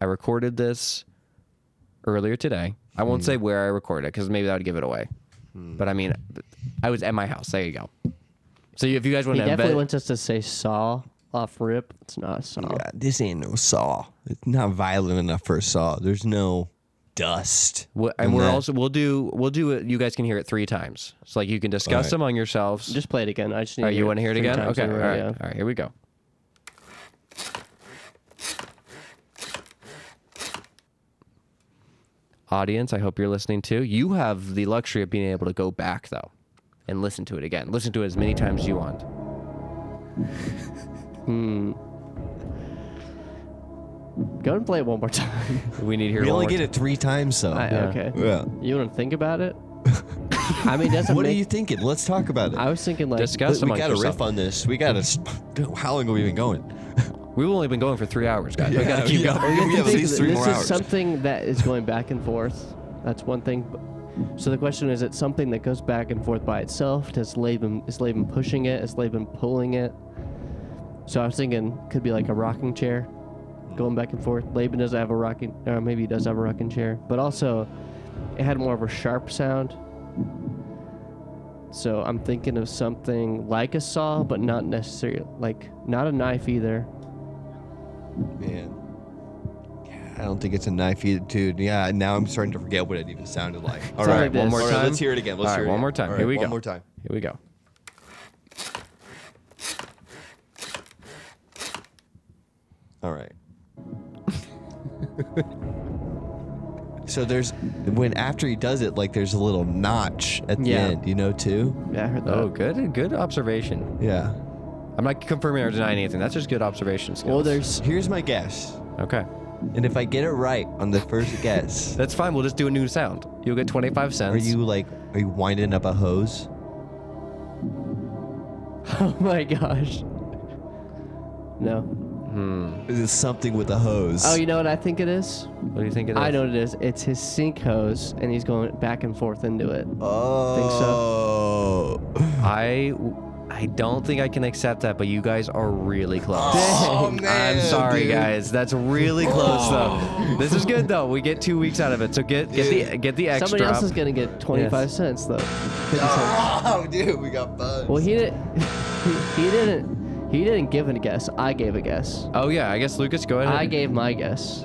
S9: I recorded this earlier today. I won't
S8: Hmm.
S9: say where I recorded it because maybe that would give it away. But I mean, I was at my house. There you go. So if you guys want
S10: he
S9: to
S10: definitely
S9: invent,
S10: wants us to say saw off rip. It's not a saw.
S8: Yeah, this ain't no saw. It's not violent enough for a saw. There's no dust.
S9: Wha- and
S8: in
S9: we're
S8: that.
S9: also we'll do we'll do it. You guys can hear it three times. So like you can discuss
S8: right.
S9: among yourselves.
S10: Just play it again. I just need.
S9: All right, you want to hear it
S10: three
S9: again?
S10: times
S9: Okay,
S10: in
S9: all
S10: a row,
S9: right,
S10: yeah.
S9: all right. Here we go. Audience, I hope you're listening too. You have the luxury of being able to go back though, and listen to it again. Listen to it as many times as you want.
S10: Hmm. Go and play it one more time.
S9: We need here.
S8: We only get it three times, though.
S10: I-
S9: uh,
S8: Yeah.
S10: Okay.
S8: Yeah.
S10: You want to think about it? I mean, doesn't
S8: What are
S10: make-
S8: you thinking? Let's talk about it.
S10: I was thinking like
S9: Discuss
S8: we
S9: amongst
S8: got to
S9: yourself.
S8: riff on this. We got to. How long are we been going?
S9: We've only been going for three hours, guys. we
S8: Yeah,
S9: gotta keep
S8: yeah.
S9: going.
S8: We have at
S10: think
S8: least
S10: that
S8: three
S10: this
S8: more
S10: is
S8: hours.
S10: something that is going back and forth. That's one thing. So the question is, it's something that goes back and forth by itself. Does Laban is Laban pushing it? Is Laban pulling it? So I was thinking could be like a rocking chair, going back and forth. Laban doesn't have a rocking, or maybe he does have a rocking chair, but also it had more of a sharp sound. So I'm thinking of something like a saw, but not necessarily like not a knife either.
S8: Man. Yeah, I don't think it's a knife either, dude. Yeah, now I'm starting to forget what it even sounded like. All
S10: Sounded
S8: right,
S10: like
S8: one
S10: this.
S8: more
S10: All
S8: time.
S10: right,
S8: let's hear it again. Let's
S9: All right,
S8: hear it
S9: one
S8: again.
S9: more time.
S8: All
S9: Here
S8: right,
S9: we
S8: One
S9: go.
S8: more time.
S9: Here we go.
S8: All right. so there's when after he does it, like there's a little notch at the
S10: Yeah.
S8: end, you know, too.
S10: Yeah, I heard that.
S9: Oh, good, good observation.
S8: Yeah.
S9: I'm not confirming or denying anything. That's just good observation skills.
S10: Well, there's
S8: Here's my guess,
S9: okay.
S8: and if I get it right on the first guess,
S9: That's fine. We'll just do a new sound. You'll get 25 cents.
S8: are you like are you winding up a hose?
S10: Oh my gosh. No.
S8: Is it something with a hose?
S10: Oh, you know what I think it is?
S9: What do you think it is?
S10: I know what it is. It's his sink hose, and he's going back and forth into it.
S8: Oh. Think so.
S9: I, I don't think I can accept that, but you guys are really close.
S8: Oh,
S9: I'm
S8: man,
S9: sorry,
S8: dude. Oh.
S9: guys. That's really close, though. This is good, though. We get two weeks out of it, so get get the get the extra.
S10: Somebody else is gonna get 25
S9: Yes.
S10: cents though. 50 cents.
S8: Oh, dude, we got buzzed.
S10: Well, he didn't. He, he didn't. He didn't give a guess. I gave a guess.
S9: Oh yeah, I guess Lucas, go ahead.
S10: I gave my guess.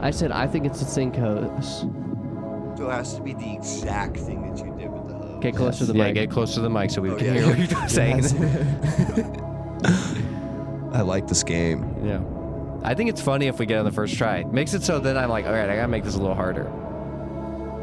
S10: I said I think it's a sink hose.
S8: So it has to be the exact thing that you did with the hose.
S10: Get closer to the
S9: yeah,
S10: mic.
S9: get close to the mic so we
S8: Oh,
S9: can
S8: yeah.
S9: hear what you're saying.
S8: I like this game.
S9: Yeah. I think it's funny if we get on the first try. Makes it so then I'm like, all right, I gotta make this a little harder.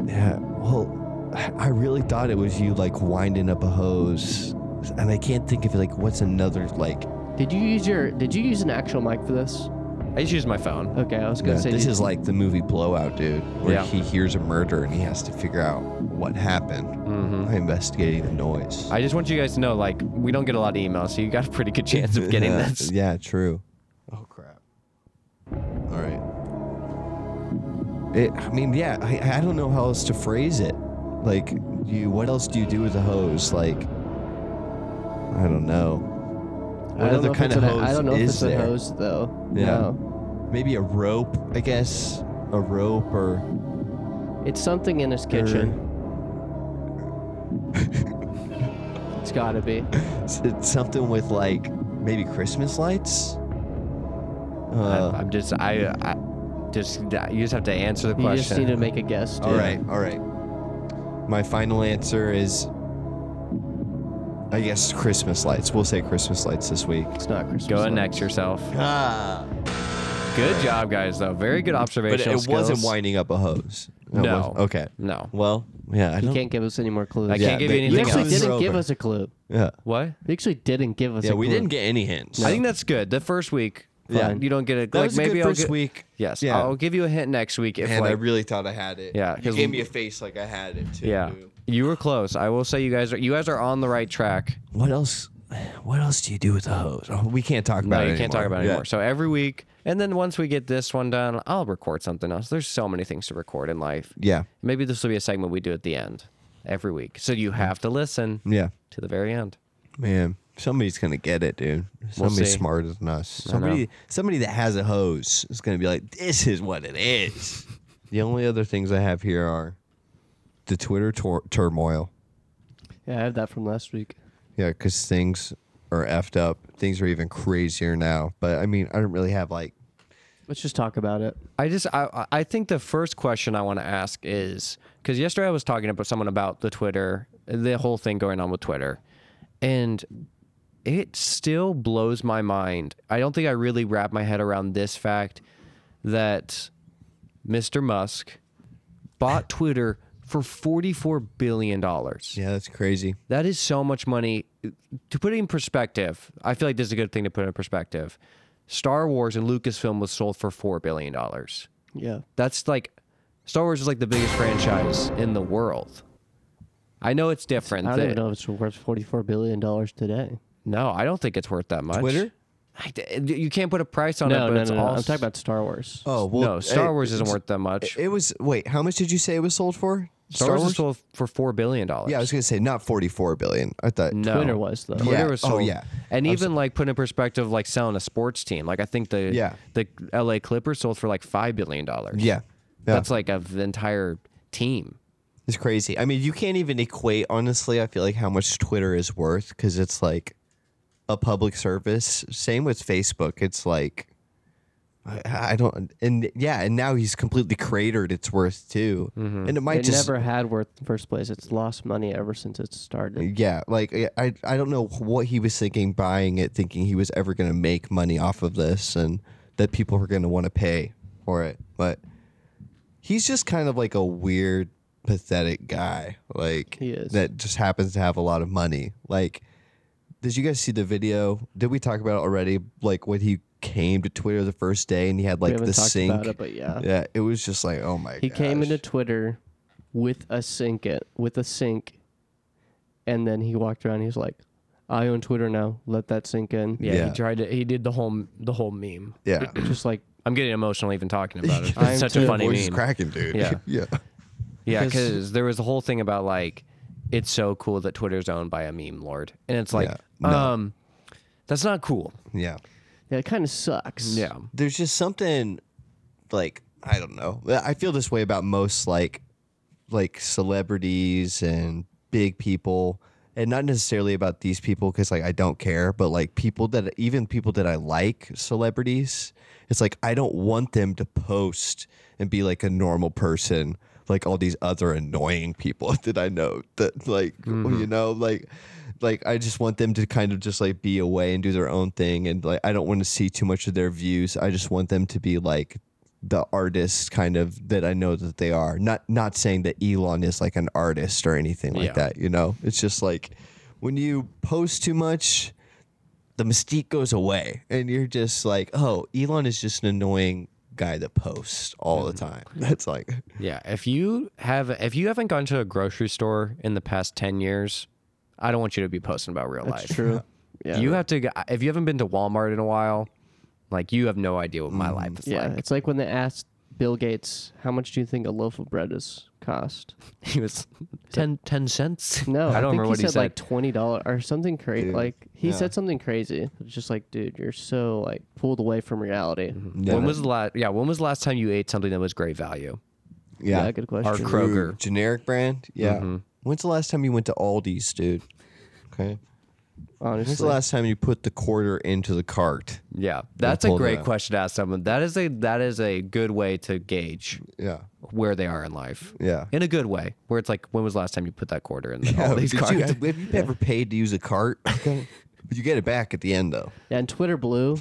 S8: Yeah. Well, I really thought it was you like winding up a hose, and I can't think of like what's another like.
S10: Did you use your? Did you use an actual mic for this?
S9: I just use my phone.
S10: Okay, I was gonna
S8: Yeah,
S10: say.
S8: this
S10: did-
S8: is like the movie Blowout, dude, where
S9: Yeah.
S8: he hears a murder and he has to figure out what happened
S10: Mm-hmm.
S8: by investigating the noise.
S9: I just want you guys to know, like, we don't get a lot of emails, so you got a pretty good chance of getting
S8: yeah,
S9: this.
S8: Yeah, true. Oh crap. All right. It, I mean, yeah, I, I don't know how else to phrase it. Like, you, what else do you do with a hose? Like, I don't know.
S10: I
S8: What
S10: don't know
S8: other
S10: if
S8: kind
S10: it's
S8: of
S10: an-
S8: hose
S10: I don't know
S8: is
S10: if it's
S8: there?
S10: a hose though.
S8: Yeah.
S10: No.
S8: Maybe a rope, I guess. A rope or.
S10: It's something in his kitchen. it's gotta be.
S8: s- something with like maybe Christmas lights.
S9: I-
S8: Uh,
S9: I'm just, I, I just, you just have to answer the
S10: You just
S9: question.
S10: need to make a guess. Dude.
S8: all right, all right. My final answer is, I guess Christmas lights. We'll say Christmas lights this week.
S10: It's not Christmas.
S9: Go and
S10: lights.
S9: next yourself.
S8: Ah,
S9: Good job, guys, though. Very good
S8: but it,
S9: observational
S8: it wasn't Mm.
S9: skills.
S8: winding up a hose. It
S9: No.
S8: wasn't- Okay.
S9: No.
S8: Well, yeah, I
S10: You
S8: don't.
S10: can't give us any more clues.
S9: I can't give you
S8: but-
S10: You
S9: anything
S10: actually
S9: else.
S8: clues are
S10: didn't give
S8: over.
S10: us a clue.
S8: Yeah.
S9: What?
S10: You actually didn't give us.
S8: Yeah,
S10: a
S8: we
S10: clue.
S8: didn't get any hints.
S9: I think that's good. The first week,
S8: Yeah.
S9: you don't get it.
S8: That
S9: like,
S8: was a
S9: maybe
S8: good
S9: I'll
S8: first
S9: get-
S8: week.
S9: Yes,
S8: Yeah.
S9: I'll give you a hint next week if
S8: and I
S9: like
S8: really thought I had it.
S9: Yeah,
S8: You
S9: 'cause
S8: gave
S9: we-
S8: me a face like I had it too.
S9: Yeah, you were close. I will say you guys are you guys are on the right track.
S8: What else? What else do you do with a hose? Oh, we can't talk
S9: No,
S8: about
S9: you
S8: it.
S9: can't talk about it
S8: Yeah.
S9: anymore. So every week, and then once we get this one done, I'll record something else. There's so many things to record in life.
S8: Yeah.
S9: Maybe this will be a segment we do at the end every week. So you have to listen
S8: Yeah.
S9: to the very end.
S8: Man, somebody's gonna get it, dude. Somebody
S9: see.
S8: smarter than us. Somebody, somebody that has a hose is gonna be like, "This is what it is." the only other things I have here are the Twitter tor- turmoil.
S10: Yeah, I have that from last week.
S8: Yeah, because things are effed up. Things are even crazier now. But I mean, I don't really have like.
S10: Let's just talk about it.
S9: I just I I think the first question I want to ask is because yesterday I was talking about someone about the Twitter, the whole thing going on with Twitter, and it still blows my mind. I don't think I really wrap my head around this fact that Mr. Musk bought Twitter for forty-four billion dollars.
S8: Yeah, that's crazy.
S9: That is so much money. To put it in perspective, I feel like this is a good thing to put in perspective. Star Wars and Lucasfilm was sold for four billion dollars.
S10: Yeah.
S9: That's like Star Wars is like the biggest franchise in the world. I know it's different.
S10: I don't even
S9: that-
S10: know if it's worth forty-four billion dollars today.
S9: No, I don't think it's worth that much.
S10: Twitter?
S9: I d- uh, you can't put a price on
S10: No,
S9: it, Oh, but
S10: no,
S9: it's
S10: no, no.
S9: all.
S10: I'm talking about Star Wars.
S8: Oh well,
S9: no, Star
S8: hey,
S9: Wars isn't
S8: it's-
S9: worth that much.
S8: It was wait, how much did you say it was sold for?
S9: Star, Wars, was sold for four billion dollars.
S8: Yeah, I was gonna say not forty-four billion. I thought
S9: No.
S10: Twitter was though.
S8: Yeah.
S9: Twitter was
S8: Oh,
S9: sold.
S8: yeah.
S9: And even like put in perspective, like selling a sports team. Like I think the
S8: Yeah.
S9: the L.A. Clippers sold for like five billion dollars.
S8: Yeah. Yeah.
S9: that's like a v- entire team.
S8: It's crazy. I mean, you can't even equate, honestly, I feel like how much Twitter is worth because it's like a public service. Same with Facebook. It's like, I, I don't, and yeah, and now he's completely cratered its worth too. And it might
S10: Mm-hmm. it
S8: just,
S10: never had worth in the first place. It's lost money ever since it started.
S8: yeah, like I, I- I don't know what he was thinking buying it, thinking he was ever going to make money off of this and that people were going to want to pay for it. But he's just kind of like a weird, pathetic guy, like
S10: He is.
S8: that just happens to have a lot of money. Like, did you guys see the video? Did we talk about it already? Like when he came to Twitter the first day and he had like
S10: haven't
S8: the
S10: talked
S8: sink.
S10: about it, but yeah.
S8: yeah, it was just like, oh my.
S10: He came
S8: gosh.
S10: into Twitter with a sink it with a sink, and then he walked around. He's like, "I own Twitter now. Let that sink in."
S9: Yeah,
S8: Yeah.
S9: he tried to. He did the whole the whole meme.
S8: yeah.
S10: Just like
S9: I'm getting emotional even talking about it. It's
S10: I'm
S9: such
S10: too.
S9: a funny
S8: Voice is
S9: meme.
S8: cracking, dude.
S9: Yeah.
S8: yeah.
S9: Yeah,
S10: Because-
S9: because there was a whole thing about like, it's so cool that Twitter's owned by a meme lord, and it's like,
S8: Yeah, no.
S9: um, that's not cool.
S8: Yeah.
S10: yeah, it kind of sucks.
S9: Yeah,
S8: there's just something like I don't know. I feel this way about most like like celebrities and big people and not necessarily about these people cuz like I don't care, but like people that even people that I like, celebrities, it's like I don't want them to post and be like a normal person like all these other annoying people that I know that like you know like like I just want them to kind of just like be away and do their own thing and like I don't want to see too much of their views. I just want them to be like the artist kind of that I know that they are. Not not saying that Elon is like an artist or anything like
S9: Yeah.
S8: that, you know. It's just like when you post too much the mystique goes away and you're just like, "Oh, Elon is just an annoying guy that posts all the time." That's like
S9: yeah. If you have, if you haven't gone to a grocery store in the past ten years, I don't want you to be posting about real
S10: that's
S9: life.
S10: true. Yeah,
S9: you have to. go- If you haven't been to Walmart in a while, like you have no idea what my life is
S10: Mm, yeah.
S9: like.
S10: It's like when they asked Bill Gates, "How much do you think a loaf of bread is cost?"
S9: He was 10, 10 cents.
S10: No,
S9: I don't
S10: think
S9: remember
S10: he
S9: what
S10: said,
S9: he said.
S10: like twenty dollars or something crazy.
S8: Dude,
S10: Like he
S8: yeah.
S10: said something crazy. It's just like, dude, you're so like pulled away from reality.
S8: Yeah.
S9: when was the last? Yeah, when was the last time you ate something that was great value?
S10: Yeah, good
S9: Our
S10: question.
S9: Kroger.
S8: Ooh, generic brand. Yeah. When's the last time you went to Aldi's, dude? Okay. When's the
S10: Honestly,
S8: last time you put the quarter into the cart?
S9: Yeah, that's a
S8: pulled it
S9: great
S8: out.
S9: question to ask someone. That is a that is a good way to gauge
S8: Yeah.
S9: where they are in life.
S8: Yeah.
S9: in a good way, where it's like, when was the last time you put that quarter in? The
S8: Oh,
S9: Aldi's
S8: did
S9: cart?
S8: you, have you ever paid to use a cart? Okay. you get it back at the end, though.
S10: yeah, and Twitter Blue,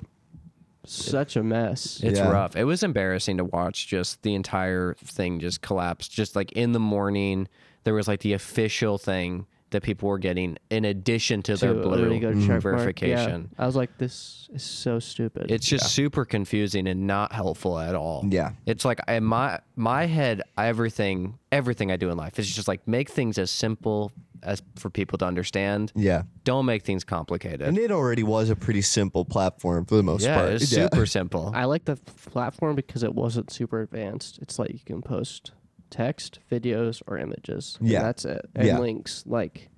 S10: such a mess.
S9: It's
S8: Yeah.
S9: rough. It was embarrassing to watch just the entire thing just collapse. Just like in the morning, there was like the official thing that people were getting in addition to, their
S10: to
S9: blue
S10: already go to check mark.
S9: Mm. verification.
S10: Yeah. I was like, this is so stupid.
S9: It's just super confusing and not helpful at all.
S8: Yeah.
S9: It's like in my my head, everything everything I do in life is just like make things as simple as for people to understand.
S8: Yeah.
S9: Don't make things complicated.
S8: And it already was a pretty simple platform for the most
S9: yeah,
S8: part.
S9: it's
S8: Yeah.
S9: super simple.
S10: I like the platform because it wasn't super advanced. It's like you can post text, videos, or images. and
S8: Yeah.
S10: that's it. And
S8: Yeah.
S10: links. Like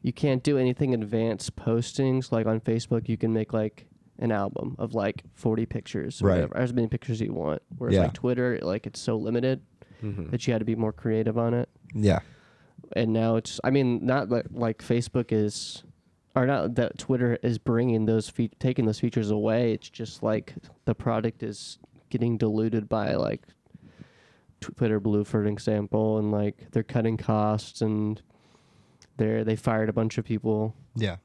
S10: you can't do anything advanced postings. Like on Facebook, you can make like an album of like 40 pictures, or
S8: Right.
S10: whatever, as many pictures you want. Whereas
S8: Yeah.
S10: like Twitter, like it's so limited
S9: Mm-hmm.
S10: that you had to be more creative on it.
S8: Yeah.
S10: And now it's, I mean, not like, like Facebook is. Or not that Twitter is bringing those fe- taking those features away. It's just like the product is getting diluted by like Twitter Blue, for example, and like they're cutting costs and they they fired a bunch of people.
S8: Yeah.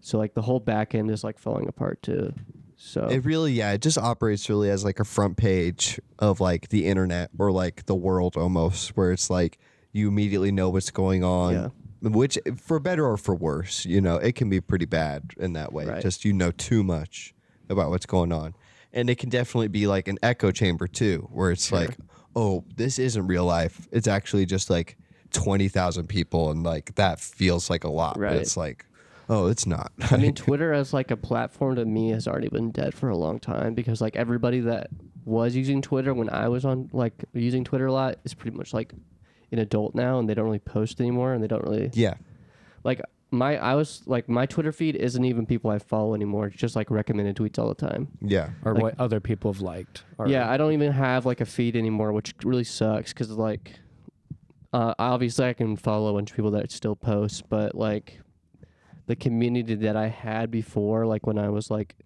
S10: So like the whole back end is like falling apart too. So
S8: It really, yeah, it just operates really as like a front page of like the internet or like the world almost, where it's like You immediately know what's going on. Which, for better or for worse, you know, it can be pretty bad in that way. Just you know too much about what's going on. And it can definitely be like an echo chamber too, where it's like, oh, this isn't real life. It's actually just like 20,000 people. And like that feels like a lot. But
S10: Right.
S8: it's like, oh, it's not.
S10: I mean, Twitter as like a platform to me has already been dead for a long time because like everybody that was using Twitter when I was on like using Twitter a lot is pretty much like an adult now and they don't really post anymore and they don't really
S8: yeah.
S10: like my I was like my Twitter feed isn't even people I follow anymore. It's just like recommended tweets all the time.
S8: Yeah.
S12: Or
S10: Like-
S12: what other people have liked. Or,
S10: Yeah, I don't even have like a feed anymore, which really sucks because like, uh, obviously I can follow a bunch of people that still post, but like, the community that I had before, like when I was like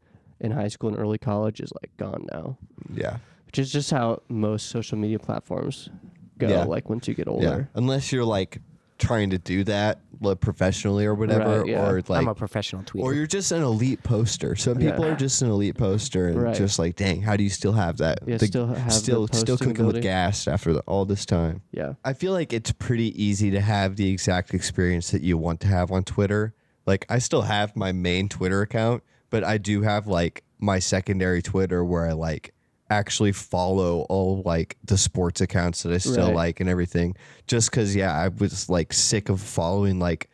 S10: in high school and early college, is like gone now.
S8: Yeah.
S10: Which is just how most social media platforms go.
S8: Yeah.
S10: Like once you get older.
S8: Unless you're like trying to do that like, professionally or whatever,
S10: Right, yeah.
S8: or like
S10: I'm a
S12: professional tweeter.
S8: or you're just an elite poster. Some people
S10: Yeah.
S8: are just an elite poster, and
S10: Right.
S8: just like, dang, how do you still have that?
S10: Yeah, still have the
S8: still, still
S10: posting
S8: cooking
S10: ability.
S8: with gas after the, all this time.
S10: Yeah,
S8: I feel like it's pretty easy to have the exact experience that you want to have on Twitter. Like, I still have my main Twitter account, but I do have like my secondary Twitter where I like actually follow all like the sports accounts that I still
S12: Right.
S8: like and everything. Just because, yeah, I was like sick of following like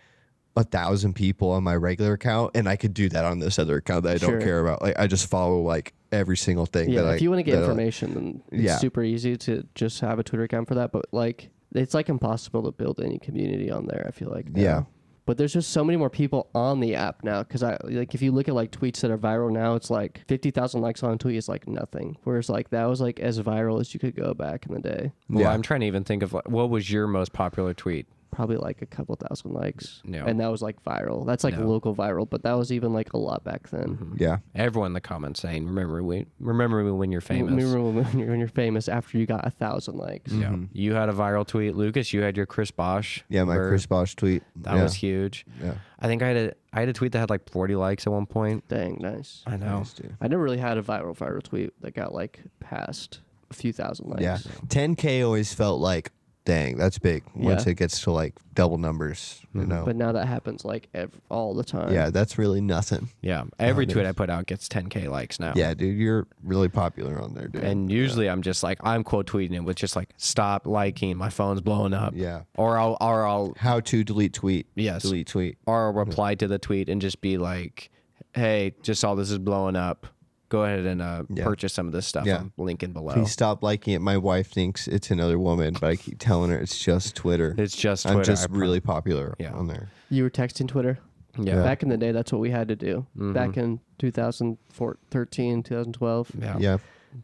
S8: a thousand people on my regular account, and I could do that on this other account that I
S10: Sure.
S8: don't care about. Like, I just follow like every single thing.
S10: Yeah,
S8: that
S10: if
S8: I,
S10: you want to get
S8: that I like.
S10: information, then it's
S8: Yeah.
S10: super easy to just have a Twitter account for that. But like, it's like impossible to build any community on there. I feel like. now.
S8: Yeah.
S10: But there's just so many more people on the app now. Because I like if you look at like tweets that are viral now, it's like fifty thousand likes on a tweet is like nothing. Whereas like that was like as viral as you could go back in the day.
S9: Well, I'm trying to even think of like, what was your most popular tweet?
S10: Probably like a couple thousand likes.
S9: No.
S10: And that was like viral. That's like
S9: No. Mm-hmm.
S10: local viral, but that was even like a lot back then.
S8: Yeah.
S9: Everyone in the comments saying, "Remember we remember me when you're
S10: M-
S9: famous."
S10: Remember when you're, when you're famous after you got a thousand likes.
S9: Yeah. You had a viral tweet, Lucas. You had your Chris Bosch.
S8: Yeah, my
S9: verb.
S8: Chris Bosch tweet.
S9: That
S8: Yeah.
S9: was huge.
S8: Yeah.
S9: I think I had a I had a tweet that had like 40 likes at one point.
S10: Dang, nice.
S9: I know.
S10: I never really had a viral viral tweet that got like past a few thousand likes.
S8: Yeah. 10K always felt like, dang, that's big once
S10: Yeah.
S8: it gets to like double numbers,
S9: Mm-hmm.
S8: you know?
S10: But now that happens like ev- all the time.
S8: yeah, that's really nothing.
S9: Yeah. Every
S8: Nowadays.
S9: tweet I put out gets 10k likes now.
S8: Oh, Yeah, dude, you're really popular on there, dude.
S9: And usually I'm just like I'm quote tweeting it with just like stop liking. My phone's blowing up.
S8: Yeah.
S9: Or I'll or I'll
S8: How to delete tweet.
S9: Yes.
S8: Delete tweet.
S9: or I'll reply to the tweet and just be like, hey, just all this is blowing up. Go ahead and uh,
S8: Yeah.
S9: purchase some of this stuff.
S8: Yeah.
S9: I'm linking below.
S8: Please stop liking it. My wife thinks it's another woman, but I keep telling her it's just Twitter.
S9: It's just
S8: I'm
S9: Twitter, I
S8: just
S9: pro-
S8: really popular on there.
S10: You were texting Twitter.
S9: Yeah. Mm-hmm. Yeah.
S10: Back in the day, that's what we had to do. Back in 2013, 2012.
S9: Yeah.
S8: Yeah.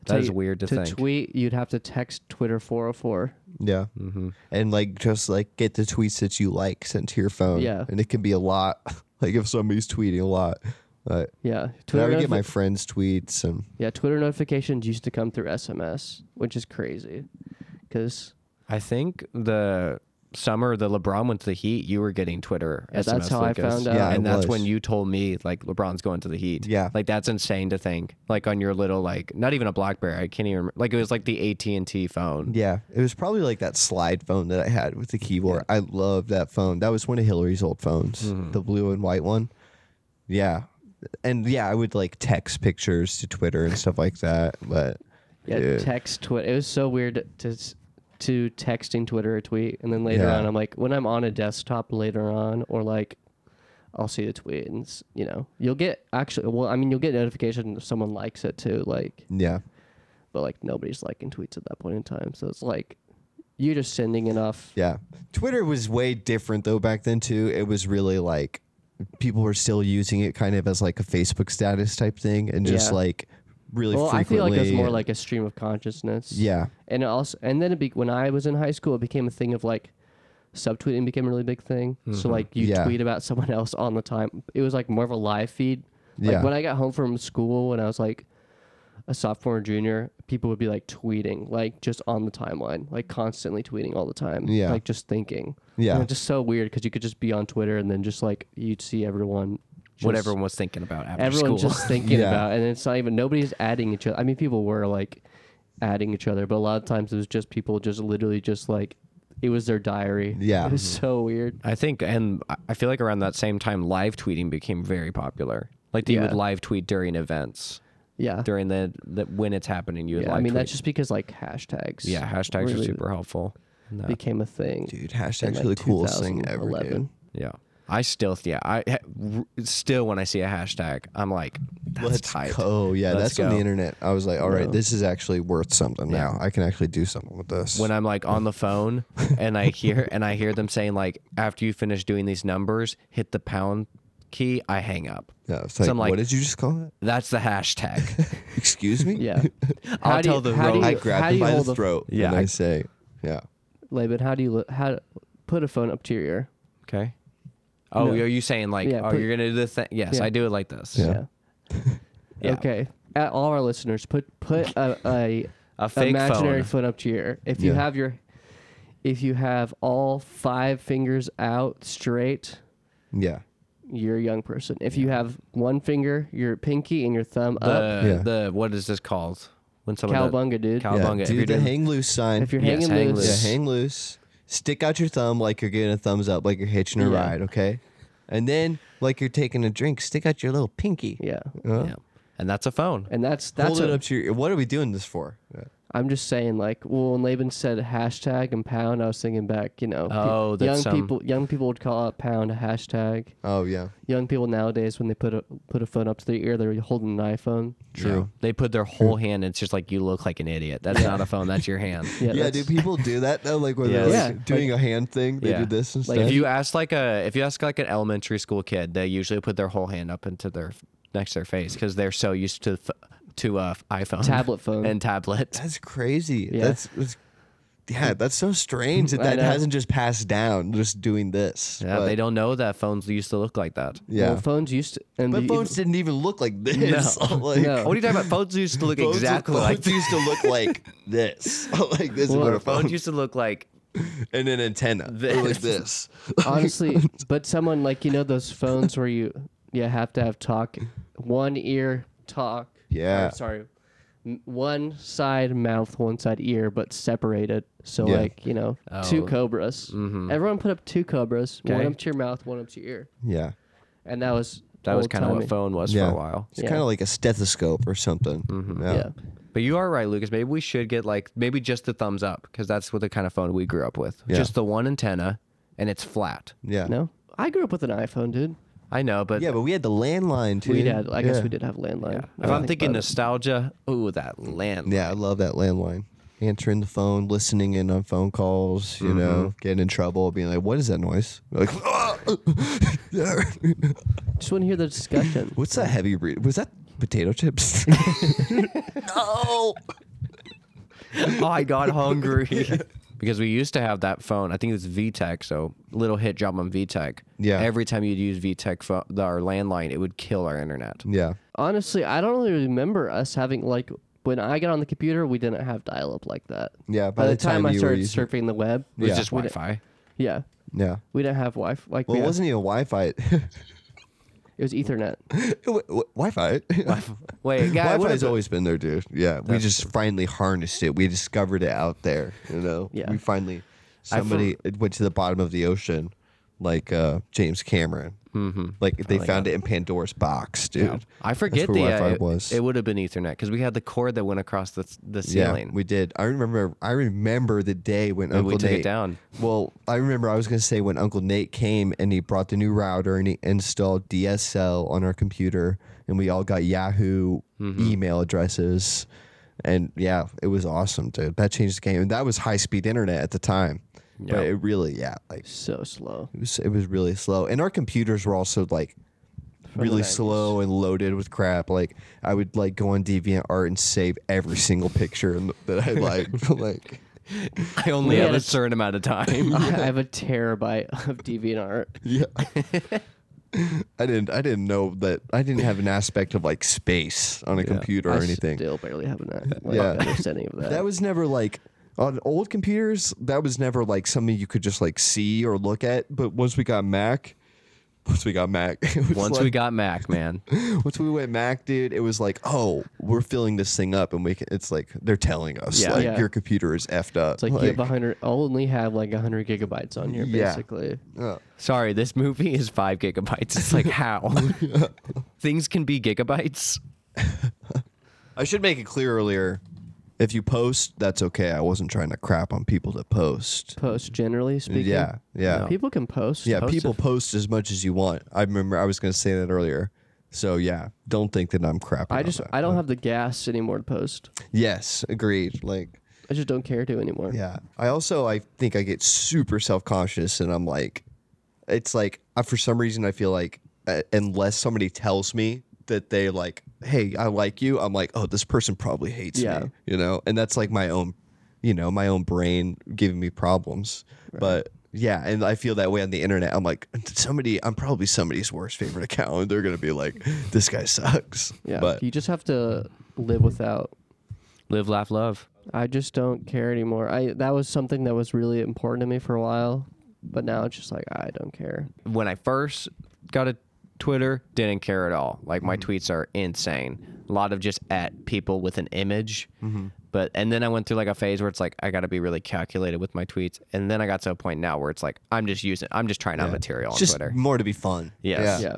S9: That is weird to
S10: to
S9: think.
S10: tweet, you'd have to text Twitter 404.
S8: Yeah.
S9: Mm-hmm.
S8: And like just like get the tweets that you like sent to your phone.
S10: Yeah.
S8: And it can be a lot. Like if somebody's tweeting a lot. But
S10: Yeah.
S8: Twitter I would
S10: notifi-
S8: get my friends' tweets and
S10: yeah, Twitter notifications used to come through SMS, which is crazy. Because
S9: I think the summer the LeBron went to the Heat, you were getting Twitter.
S10: Yeah, that's
S9: SMS,
S10: how I
S9: Lucas.
S10: found out. Yeah, I
S9: and that's when
S10: was.
S9: you told me like LeBron's going to the Heat.
S8: Yeah.
S9: like that's insane to think. Like on your little like not even a BlackBerry. I can't even like it was like the AT and T phone.
S8: Yeah, it was probably like that slide phone that I had with the keyboard. I loved that phone. That was one of Hillary's old phones, the blue and white one. Yeah, and yeah, I would like text pictures to Twitter and stuff like that. But
S10: Yeah,
S8: dude,
S10: text Twitter. It was so weird to s- to texting Twitter a tweet, and then later
S8: Yeah.
S10: on, I'm like, when I'm on a desktop later on, or like, I'll see the tweet, and s- you know, you'll get actually. Well, I mean, you'll get notification if someone likes it too, like,
S8: yeah,
S10: but like nobody's liking tweets at that point in time, so it's like, you're just sending enough.
S8: yeah. Twitter was way different though back then too. It was really like people were still using it kind of as like a Facebook status type thing, and just
S10: Yeah.
S8: like really
S10: well, I feel
S8: frequently.
S10: like it was more like a stream of consciousness.
S8: Yeah.
S10: and it also, and then it be, when I was in high school, it became a thing of like subtweeting became a really big thing. So
S8: Mhm.
S10: like you
S8: Yeah.
S10: tweet about someone else on the time. It was like more of a live feed. Like
S8: Yeah.
S10: when I got home from school when I was like a sophomore or junior, people would be like tweeting, like just on the timeline, like constantly tweeting all the time.
S8: Yeah.
S10: Like just thinking.
S8: Yeah.
S10: And it's just so weird because you could just be on Twitter and then just like you'd see everyone
S9: What
S10: just-
S9: everyone was thinking about after
S10: everyone's
S9: school.
S10: just thinking
S9: Yeah.
S10: about, and it's not even nobody's adding each other. I mean, people were like adding each other, but a lot of times it was just people just literally just like It was their diary.
S8: Yeah. Mm-hmm.
S10: It was so weird.
S9: I think, and I- I feel like around that same time, live tweeting became very popular. Like they would
S10: Yeah.
S9: live tweet during events.
S10: Yeah.
S9: During the, the when it's happening, you would
S10: Yeah,
S9: live
S10: I mean,
S9: tweet.
S10: that's just because like hashtags.
S9: yeah, hashtags are
S10: really Mm.
S9: super helpful. No.
S10: Became a thing.
S8: Dude, hashtags
S10: in,
S8: are
S10: like,
S8: the coolest thing ever, dude.
S10: 2011.
S9: Yeah. I still, yeah, I ha- r- still when I see a hashtag, I'm like, that's
S8: Let's
S9: tight.
S8: go. Yeah,
S9: Let's
S8: that's on
S9: go.
S8: the internet. I was like, all right, this is actually worth something
S9: Yeah.
S8: now. I can actually do something with this.
S9: When I'm like on the phone and I hear and I hear them saying like, after you finish doing these numbers, hit the pound key. I hang up.
S8: yeah, it's
S9: So
S8: like,
S9: I'm like-
S8: what did you just call it?
S9: That's the hashtag.
S8: Excuse me?
S10: Yeah.
S9: I'll
S10: How do
S9: tell
S10: you-
S9: the
S10: how do
S9: road-
S10: you-
S8: I
S10: how
S8: grab
S10: do
S8: them
S10: you
S8: by
S10: hold
S8: the throat
S9: Yeah,
S8: and
S9: I-
S8: I say, yeah.
S10: Laban, how do you look, how put a phone up to your ear?
S9: okay. Oh,
S10: No.
S9: are you saying like,
S10: Yeah,
S9: oh,
S10: put-
S9: you're gonna do this thing? Yes,
S10: Yeah.
S9: I do it like this.
S10: Yeah.
S9: Yeah.
S10: Okay. At all our listeners, put put a, a
S9: A fake
S10: imaginary
S9: phone.
S10: foot up to your ear. If you
S8: Yeah.
S10: have your if you have all five fingers out straight,
S8: Yeah.
S10: you're a young person. If you have one finger, your pinky and your thumb
S9: The
S10: up,
S8: Yeah.
S9: Uh, the what is this called? When someone does-
S10: cowbunga, dude.
S9: Cow-
S8: yeah.
S9: Bunga, if
S8: Do
S9: you're
S8: the
S9: doing-
S8: hang loose sign.
S10: if you're
S9: Yes,
S10: hanging
S9: hang
S10: loose,
S8: yeah, hang loose. Stick out your thumb like you're getting a thumbs up, like you're hitching a
S10: Yeah.
S8: ride, okay? And then, like you're taking a drink, stick out your little pinky.
S10: yeah.
S8: Huh?
S9: Yeah. And that's a phone.
S10: And that's that's
S8: Hold it
S10: what
S8: up to your ear. What are we doing this for? Yeah.
S10: I'm just saying. Like, well, when Laban said hashtag and pound, I was thinking back. You know, pe-
S9: Oh, that's
S10: young
S9: some-
S10: people. Young people would call out pound a hashtag.
S8: Oh, yeah.
S10: Young people nowadays, when they put a put a phone up to their ear, they're holding an iPhone.
S8: True.
S9: They put their whole hand. and It's just like you look like an idiot. That's not a phone. That's your hand.
S10: Yeah,
S8: Yeah,
S10: that's-
S8: do people do that though? Like when
S9: Yeah.
S8: they're like,
S10: Yeah.
S8: doing a hand thing, they
S9: Yeah.
S8: do this and
S10: Like,
S8: stuff.
S9: If you ask like a if you ask like an elementary school kid, they usually put their whole hand up into their next to their face because they're so used to f- to uh, iPhone,
S10: Tablet phone.
S9: and tablet.
S8: that's crazy.
S10: Yeah.
S8: That's, that's yeah, that's so strange that
S10: I
S8: that
S10: know.
S8: hasn't just passed down. Just doing this.
S9: Yeah, they
S8: But-
S9: don't know that phones used to look like that.
S8: Yeah,
S10: Well, phones used to. And
S8: but
S10: the-
S8: phones didn't even look like this. like,
S10: No.
S9: What are you talking about? Phones used to look
S8: Phones,
S9: exactly
S8: phones
S9: like
S8: used to look like this. like this is
S10: Well,
S8: what a phone
S9: phones used to look like.
S8: and an antenna They're like this.
S10: honestly, but someone like you know those phones where you you have to have talk, one ear talk.
S8: Yeah.
S10: or sorry, m- one side mouth, one side ear, but separated. So
S8: Yeah.
S10: like you know, two
S9: Oh. Mm-hmm.
S10: cobras. Everyone put up two cobras, one
S9: Okay.
S10: up to your mouth, one up to your ear,
S8: Yeah,
S10: and that was
S9: That was kind
S10: kind
S9: of what phone was
S8: yeah.
S9: for a while.
S8: It's
S10: Yeah. Mm-hmm.
S8: kind of like a stethoscope or something. Yeah.
S10: Yeah,
S9: But you are right, Lucas. Maybe we should get like maybe just the thumbs up because that's what the kind of phone we grew up with.
S8: Yeah.
S9: Just the one antenna, and it's flat.
S8: yeah,
S10: no, I grew up with an iPhone, dude.
S9: I know, but
S8: yeah. But we had the landline too.
S10: We had, I guess
S8: Yeah.
S10: we did have landline. now
S9: if
S10: that I
S9: I'm
S10: think
S9: thinking
S10: about it.
S9: nostalgia, ooh, that land.
S8: Yeah, I love that landline. Answering the phone, listening in on phone calls, you know, getting in trouble, being like, "What is that noise?" Like,
S10: just want to hear the discussion.
S8: what's that heavy breed? Was that potato chips? no.
S9: I got hungry. because we used to have that phone. I think it was VTech. So little hit job on VTech.
S8: Yeah.
S9: Every time you'd use VTech phone, our landline, it would kill our internet.
S8: Yeah,
S10: Honestly, I don't really remember us having like when I got on the computer, we didn't have dial up like that.
S8: Yeah,
S10: By, the, time, I
S8: you were
S10: started
S8: using-
S10: surfing the web,
S9: It was
S8: Yeah.
S9: just Wi
S10: we didn't-
S9: Fi.
S10: Yeah,
S8: yeah.
S10: we didn't have Wi Fi. Like,
S8: Well,
S10: we
S8: it
S10: had-
S8: wasn't even Wi-Fi. It
S10: it was Ethernet.
S8: wa- wa- Wi-Fi.
S9: Wait, guy, what
S8: Wi-Fi's
S9: is
S8: always been there, dude. Yeah, we just finally harnessed it. We discovered it out there. You know,
S10: Yeah.
S8: we finally
S9: I for-
S8: somebody it went to the bottom of the ocean, like uh, James Cameron. Mm-hmm. Like they found it in Pandora's box, dude.
S9: I forget
S8: That's
S9: the.
S8: where
S9: uh,
S8: Wi-Fi
S9: it-
S8: was.
S9: It, would have been Ethernet because we had the cord that went across the the
S8: yeah,
S9: ceiling.
S8: we did. I remember. I remember the day when
S9: And
S8: Uncle
S9: we took it
S8: Nate
S9: down.
S8: Well, I remember I was gonna say when Uncle Nate came and he brought the new router and he installed DSL on our computer and we all got Yahoo
S9: Mm-hmm.
S8: email addresses, and yeah, it was awesome, dude. That changed the game, and that was high speed internet at the time.
S9: Yeah.
S8: But it really, yeah, like
S10: So slow.
S8: it was, it was really slow, and our computers were also like
S10: the
S8: really
S10: 90s.
S8: slow and loaded with crap. Like I would like go on DeviantArt and save every single picture and that I liked. like
S9: I only
S10: We
S9: have
S10: had
S9: a
S10: a-
S9: certain amount of time.
S10: I have a terabyte of DeviantArt.
S8: Yeah. I didn't I didn't know that I didn't have an aspect of like space on a computer or
S10: I
S8: anything.
S10: Still barely have an like,
S8: Yeah.
S10: understanding of that.
S8: That was never like on old computers, that was never like something you could just like see or look at, but once we got Mac, Once we got Mac. it was
S9: Once we
S8: like-
S9: got Mac, man.
S8: Once we went Mac, dude, it was like, oh, we're filling this thing up, and we can, it's like they're telling us,
S10: Yeah.
S8: like
S10: Yeah.
S8: your computer is effed up.
S10: It's like, you have 100, I'll only have like 100 gigabytes on here,
S8: Yeah.
S10: basically.
S9: Sorry, this movie is five gigabytes. It's like how things can be gigabytes.
S8: I should make it clear earlier. If you post, that's okay. I wasn't trying to crap on people that post.
S10: Post generally speaking.
S8: Yeah, yeah.
S10: People can post.
S8: yeah,
S10: post
S8: people
S10: if-
S8: post as much as you want. I remember I was going to say that earlier. So yeah, don't think that I'm crapping.
S10: I
S8: on
S10: just
S8: that.
S10: I don't have the gas anymore to post.
S8: Yes, agreed. Like
S10: I just don't care to anymore.
S8: Yeah. I also I think I get super self conscious, and I'm like, it's like I, for some reason I feel like uh, unless somebody tells me that they like, hey, I like you, I'm like, oh, this person probably hates
S10: Yeah.
S8: me, you know, and that's like my own, you know, my own brain giving me problems, but. Yeah, and I feel that way on the internet. I'm like, somebody, I'm probably somebody's worst favorite account. and They're gonna be like, this guy sucks.
S10: Yeah.
S8: but
S10: you just have to live without.
S9: Live, laugh, love.
S10: I just don't care anymore. I that was something that was really important to me for a while, but now it's just like I don't care.
S9: When I first got a Twitter, didn't care at all. Like my
S8: Mm-hmm.
S9: tweets are insane. A lot of just at people with an image.
S8: Mm-hmm.
S9: But and then I went through like a phase where it's like I got to be really calculated with my tweets. And then I got to a point now where it's like I'm just using I'm just trying out
S8: yeah.
S9: material
S8: It's
S9: on
S8: just
S9: Twitter.
S8: more to be fun.
S9: Yes.
S10: Yeah.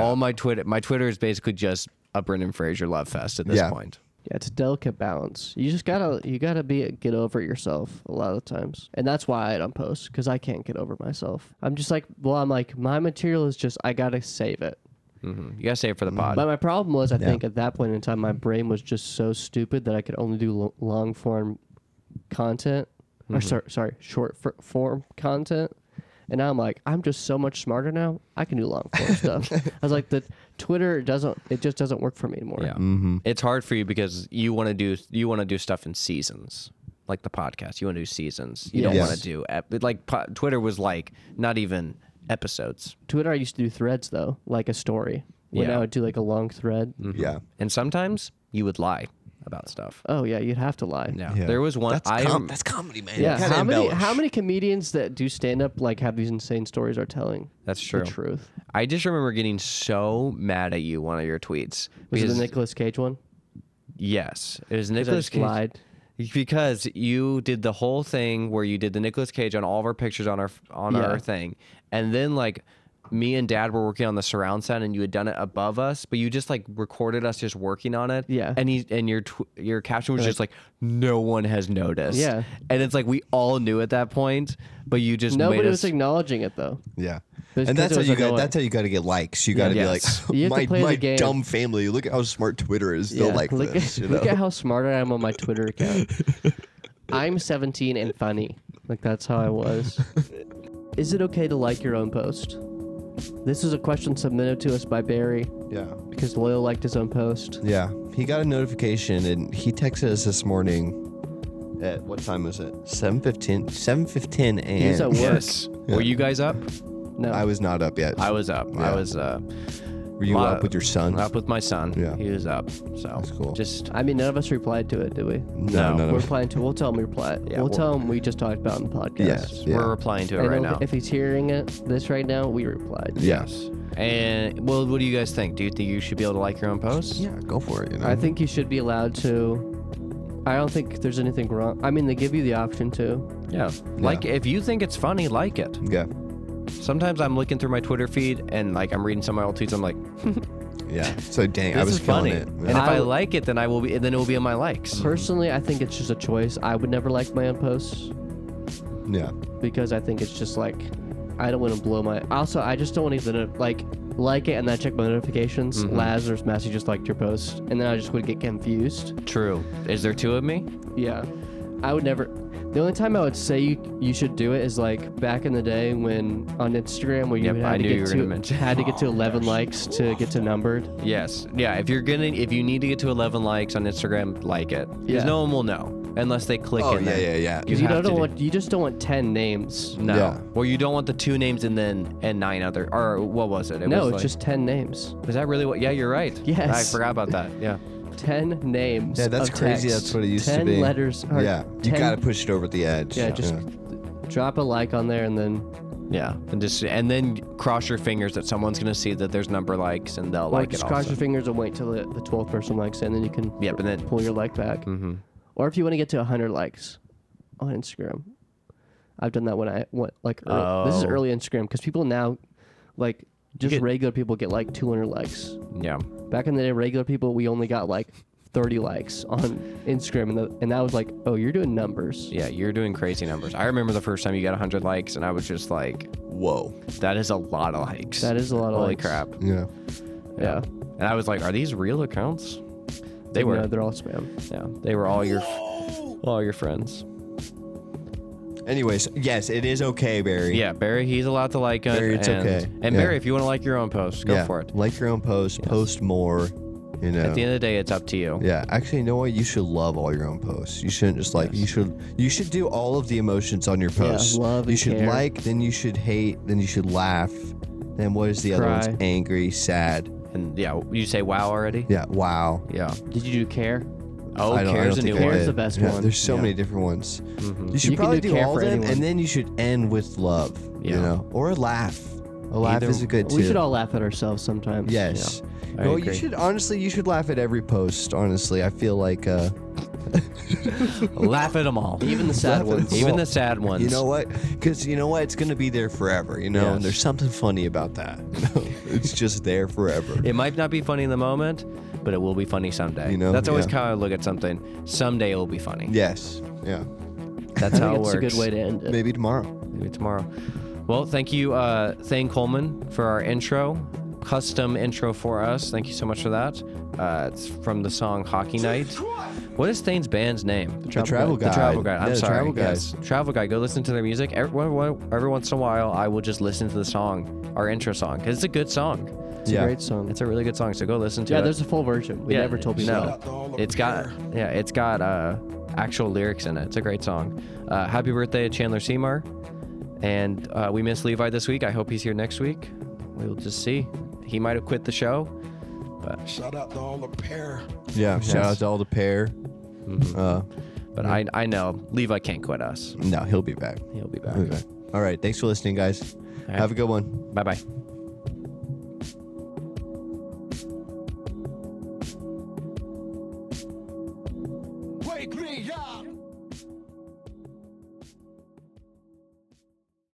S9: All my Twitter my Twitter is basically just a Brendan Fraser love fest at this
S8: Yeah.
S9: point.
S10: Yeah, it's a delicate balance. You just gotta you gotta be get over it yourself a lot of times, and that's why I don't post because I can't get over myself. I'm just like, well, I'm like my material is just I gotta save it.
S9: Mm. You gotta save it for
S8: Mm-hmm.
S9: the pod.
S10: But my problem was, I think at that point in time, my brain was just so stupid that I could only do lo- long form content, or
S9: Mm-hmm.
S10: sorry, sorry, short for- form content. And now I'm like, I'm just so much smarter now. I can do long form stuff. I was like, the Twitter doesn't, it just doesn't work for me anymore.
S9: Yeah.
S8: Mm-hmm.
S9: It's hard for you because you want to do you want to do stuff in seasons, like the podcast. You want to do seasons. You don't
S8: Yes.
S9: want to do ep- like po- Twitter was like not even episodes.
S10: Twitter, I used to do threads though, like a story. When
S9: Yeah. Mm-hmm.
S10: I would do like a long thread.
S8: yeah,
S9: And sometimes you would lie about stuff.
S10: Oh yeah, you'd have to lie.
S9: Yeah.
S8: Yeah.
S9: There was one
S8: That's
S9: I
S8: com- that's comedy, man.
S10: Yeah.
S8: You gotta
S10: How many,
S8: embellish.
S10: how many comedians that do stand up like have these insane stories are telling
S9: That's true.
S10: the truth?
S9: I just remember getting so mad at you one of your tweets.
S10: Was it the
S9: because-
S10: Nicolas Cage one?
S9: Yes, it was
S10: I
S9: Nicholas
S10: just lied.
S9: because you did the whole thing where you did the Nicolas Cage on all of our pictures on our on
S10: Yeah.
S9: our thing, and then like me and Dad were working on the surround sound, and you had done it above us, but you just like recorded us just working on it.
S10: Yeah.
S9: and he and your tw- your caption was just like no one has noticed.
S10: Yeah.
S9: and it's like we all knew at that point, but you just
S10: Nobody
S9: made
S10: was
S9: us.
S10: acknowledging it though.
S8: Yeah.
S10: But it's
S8: and
S10: 'cause
S8: that's
S10: it
S8: how
S10: was
S8: you got.
S10: annoying.
S8: That's how you got to get likes. You got to
S9: Yes.
S8: be
S10: You
S8: like,
S10: have to
S8: my,
S10: play the
S8: my
S10: game."
S8: dumb family. Look at how smart Twitter is. They'll like
S10: look,
S8: this.
S10: at,
S8: you
S10: look
S8: know?
S10: at how smart I am on my Twitter account. I'm 17 and funny. Like that's how I was. Is it okay to like your own post? This is a question submitted to us by Barry
S8: yeah.
S10: because Loyal liked his own post.
S8: Yeah. He got a notification and he texted us this morning. At what time was it? 7.15. 7.15 a.m.
S10: He's at work.
S9: Yes. Were you guys up?
S10: No,
S8: I was not up yet.
S9: I was up. I
S8: Yeah.
S9: was uh,
S8: Were you
S9: lot-
S8: up with your son?
S9: up with my son.
S8: Yeah.
S9: He was up. So
S8: That's cool.
S9: Just
S10: I mean, none of us replied to it, did we?
S8: No, no, no.
S10: We're replying to. We'll tell him we replied.
S9: Yeah,
S10: we'll
S9: we'll-
S10: tell him we just talked about in the podcast.
S8: Yes. Yeah.
S9: we're replying to it
S10: And
S9: right
S10: if-
S9: now.
S10: If he's hearing it, this right now, we replied.
S8: Yeah.
S9: And well, what do you guys think? Do you think you should be able to like your own posts?
S8: Yeah, go for it. You know?
S10: I think you should be allowed to. I don't think there's anything wrong. I mean, they give you the option to.
S9: Yeah. Like if you think it's funny, like it.
S8: Yeah.
S9: Sometimes I'm looking through my Twitter feed and like I'm reading some of my old tweets. I'm like,
S8: Yeah. So dang,
S9: this
S8: I was
S9: is funny.
S8: killing it.
S9: And
S8: Yeah.
S9: if I like it, then I will be. Then it will be in my likes.
S10: Personally, I think it's just a choice. I would never like my own posts
S8: yeah.
S10: because I think it's just like I don't want to blow my. Also, I just don't want to even like like it and then I check my notifications.
S9: Mm-hmm.
S10: Lazarus Massey just liked your post, and then I just would get confused.
S9: True. Is there two of me?
S10: Yeah, I would never. The only time I would say you you should do it is like back in the day when on Instagram where you
S9: Yep, I
S10: had, to
S9: knew you were
S10: get
S9: gonna
S10: to,
S9: mention-
S10: had to get to 11 likes to get to numbered.
S9: Yes. Yeah. If you're gonna, if you need to get to 11 likes on Instagram, like it. Because
S10: Yeah.
S9: no one will know unless they click.
S8: Oh
S9: and
S8: yeah,
S9: then
S8: yeah, yeah.
S10: Because you,
S9: have
S10: don't,
S9: to do-
S10: want you just don't want ten names.
S9: No.
S8: Yeah.
S9: Or you don't want the two names and then and nine other. Or what was it? it
S10: no,
S9: was
S10: it's
S9: like-
S10: just ten names.
S9: Is that really what? Yeah, you're right. I
S10: Yes.
S9: forgot about that. Yeah.
S10: Ten names.
S8: Yeah, that's
S10: of
S8: crazy.
S10: text.
S8: That's what it used to
S10: ten
S8: be.
S10: letters. Or
S8: yeah, you
S10: 10
S8: gotta push it over the edge.
S10: Yeah, just drop a like on there and then
S9: Yeah, and just and then cross your fingers that someone's gonna see that there's number likes and they'll
S10: Like,
S9: like, it
S10: just cross
S9: also.
S10: your fingers and wait till the, the 12th person likes it, and then you can
S9: Yep, and then-
S10: pull your like back. Mm-hmm. Or if you want to get to 100 likes on Instagram. I've done that when I went, like, early, this is
S9: Oh.
S10: early Instagram because people now, like, just
S9: get-
S10: regular people get like 200 likes.
S9: Yeah.
S10: Back in the day, regular people, we only got like 30 likes on Instagram, and, the, and that was like, oh, you're doing numbers.
S9: Yeah, you're doing crazy numbers. I remember the first time you got 100 likes, and I was just like, "Whoa, that is a lot of likes.
S10: That is a lot of
S9: Holy
S10: likes.
S9: crap!
S8: Yeah.
S10: Yeah.
S9: And I was like, "Are these real accounts? They
S10: No,
S9: were.
S10: they're all spam.
S9: yeah, they were all your, all your friends.
S8: Anyways, yes, it is okay, Barry.
S9: Yeah, Barry, he's allowed to like it.
S8: Barry, it's
S9: and,
S8: okay.
S9: And
S8: Yeah.
S9: Barry, if you want to like your own post, go
S8: Yeah,
S9: for it.
S8: Like your own post, post more. You know.
S9: At the end of the day, it's up to you.
S8: yeah, actually, you know what? You should love all your own posts. You shouldn't just like. You should. You should do all of the emotions on your posts.
S10: love
S8: You
S10: and
S8: should
S10: care.
S8: like, then you should hate, then you should laugh. Then what is the other
S10: Cry.
S8: one's angry, sad.
S9: And yeah, you say wow already.
S8: Yeah. Wow.
S9: Yeah.
S10: Did you do care?
S9: Oh, cares a new
S8: I
S9: one.
S10: Care's
S8: did.
S10: the best
S8: Yeah,
S10: one.
S8: There's so many different ones. You should
S10: You can
S8: probably
S10: do
S8: do,
S10: care
S8: all
S10: for
S8: of them,
S10: anyone.
S8: and then you should end with love. You
S9: Yeah.
S8: know, or a laugh. A laugh
S9: Either-
S8: is a good.
S10: We
S8: too.
S10: should all laugh at ourselves sometimes.
S8: Yes.
S9: I
S8: no, you
S9: agree.
S8: should honestly. You should laugh at every post. Honestly, I feel like. Uh,
S9: Laugh at them all,
S10: Even the sad ones.
S9: even the sad ones.
S8: You know what? Because you know what? It's gonna be there forever. You know, and
S9: Yes.
S8: there's something funny about that. it's just there forever.
S9: It might not be funny in the moment, but it will be funny someday.
S8: You know,
S9: that's always
S8: yeah.
S9: how I look at something. Someday it will be funny.
S8: yes. Yeah.
S9: That's
S10: I
S9: how it
S10: think
S9: works.
S10: it's a good way to end it.
S8: Maybe tomorrow.
S9: Maybe tomorrow. Well, thank you, uh, Thane Coleman, for our intro, custom intro for us. Thank you so much for that. Uh, it's from the song Hockey Night. What is Thane's band's name?
S8: The travel guy.
S9: The Travel Guy. I'm
S8: Yeah, the
S9: sorry.
S8: Travel Guy.
S9: yes. Travel Guy. Go listen to their music. Every, every once in a while, I will just listen to the song, our intro song, because it's a good song.
S10: It's a
S8: Yeah.
S10: great song.
S9: It's a really good song. So go listen to
S10: yeah,
S9: it.
S10: there's a full version. We never told people that.
S9: No, it's got yeah, it's got uh, actual lyrics in it. It's a great song. Uh, happy birthday, Chandler Seymour, and uh, we miss Levi this week. I hope he's here next week. We'll just see. He might have quit the show.
S3: Shout out to all the pair.
S8: Yeah. Shout out to all the pair. Uh,
S9: But I, I know Levi can't quit us.
S8: no, he'll be back.
S9: He'll be back.
S8: He'll be back. All right. Thanks for listening, guys.
S9: right.
S8: Have a good one.
S9: Bye bye.
S3: Wake me up.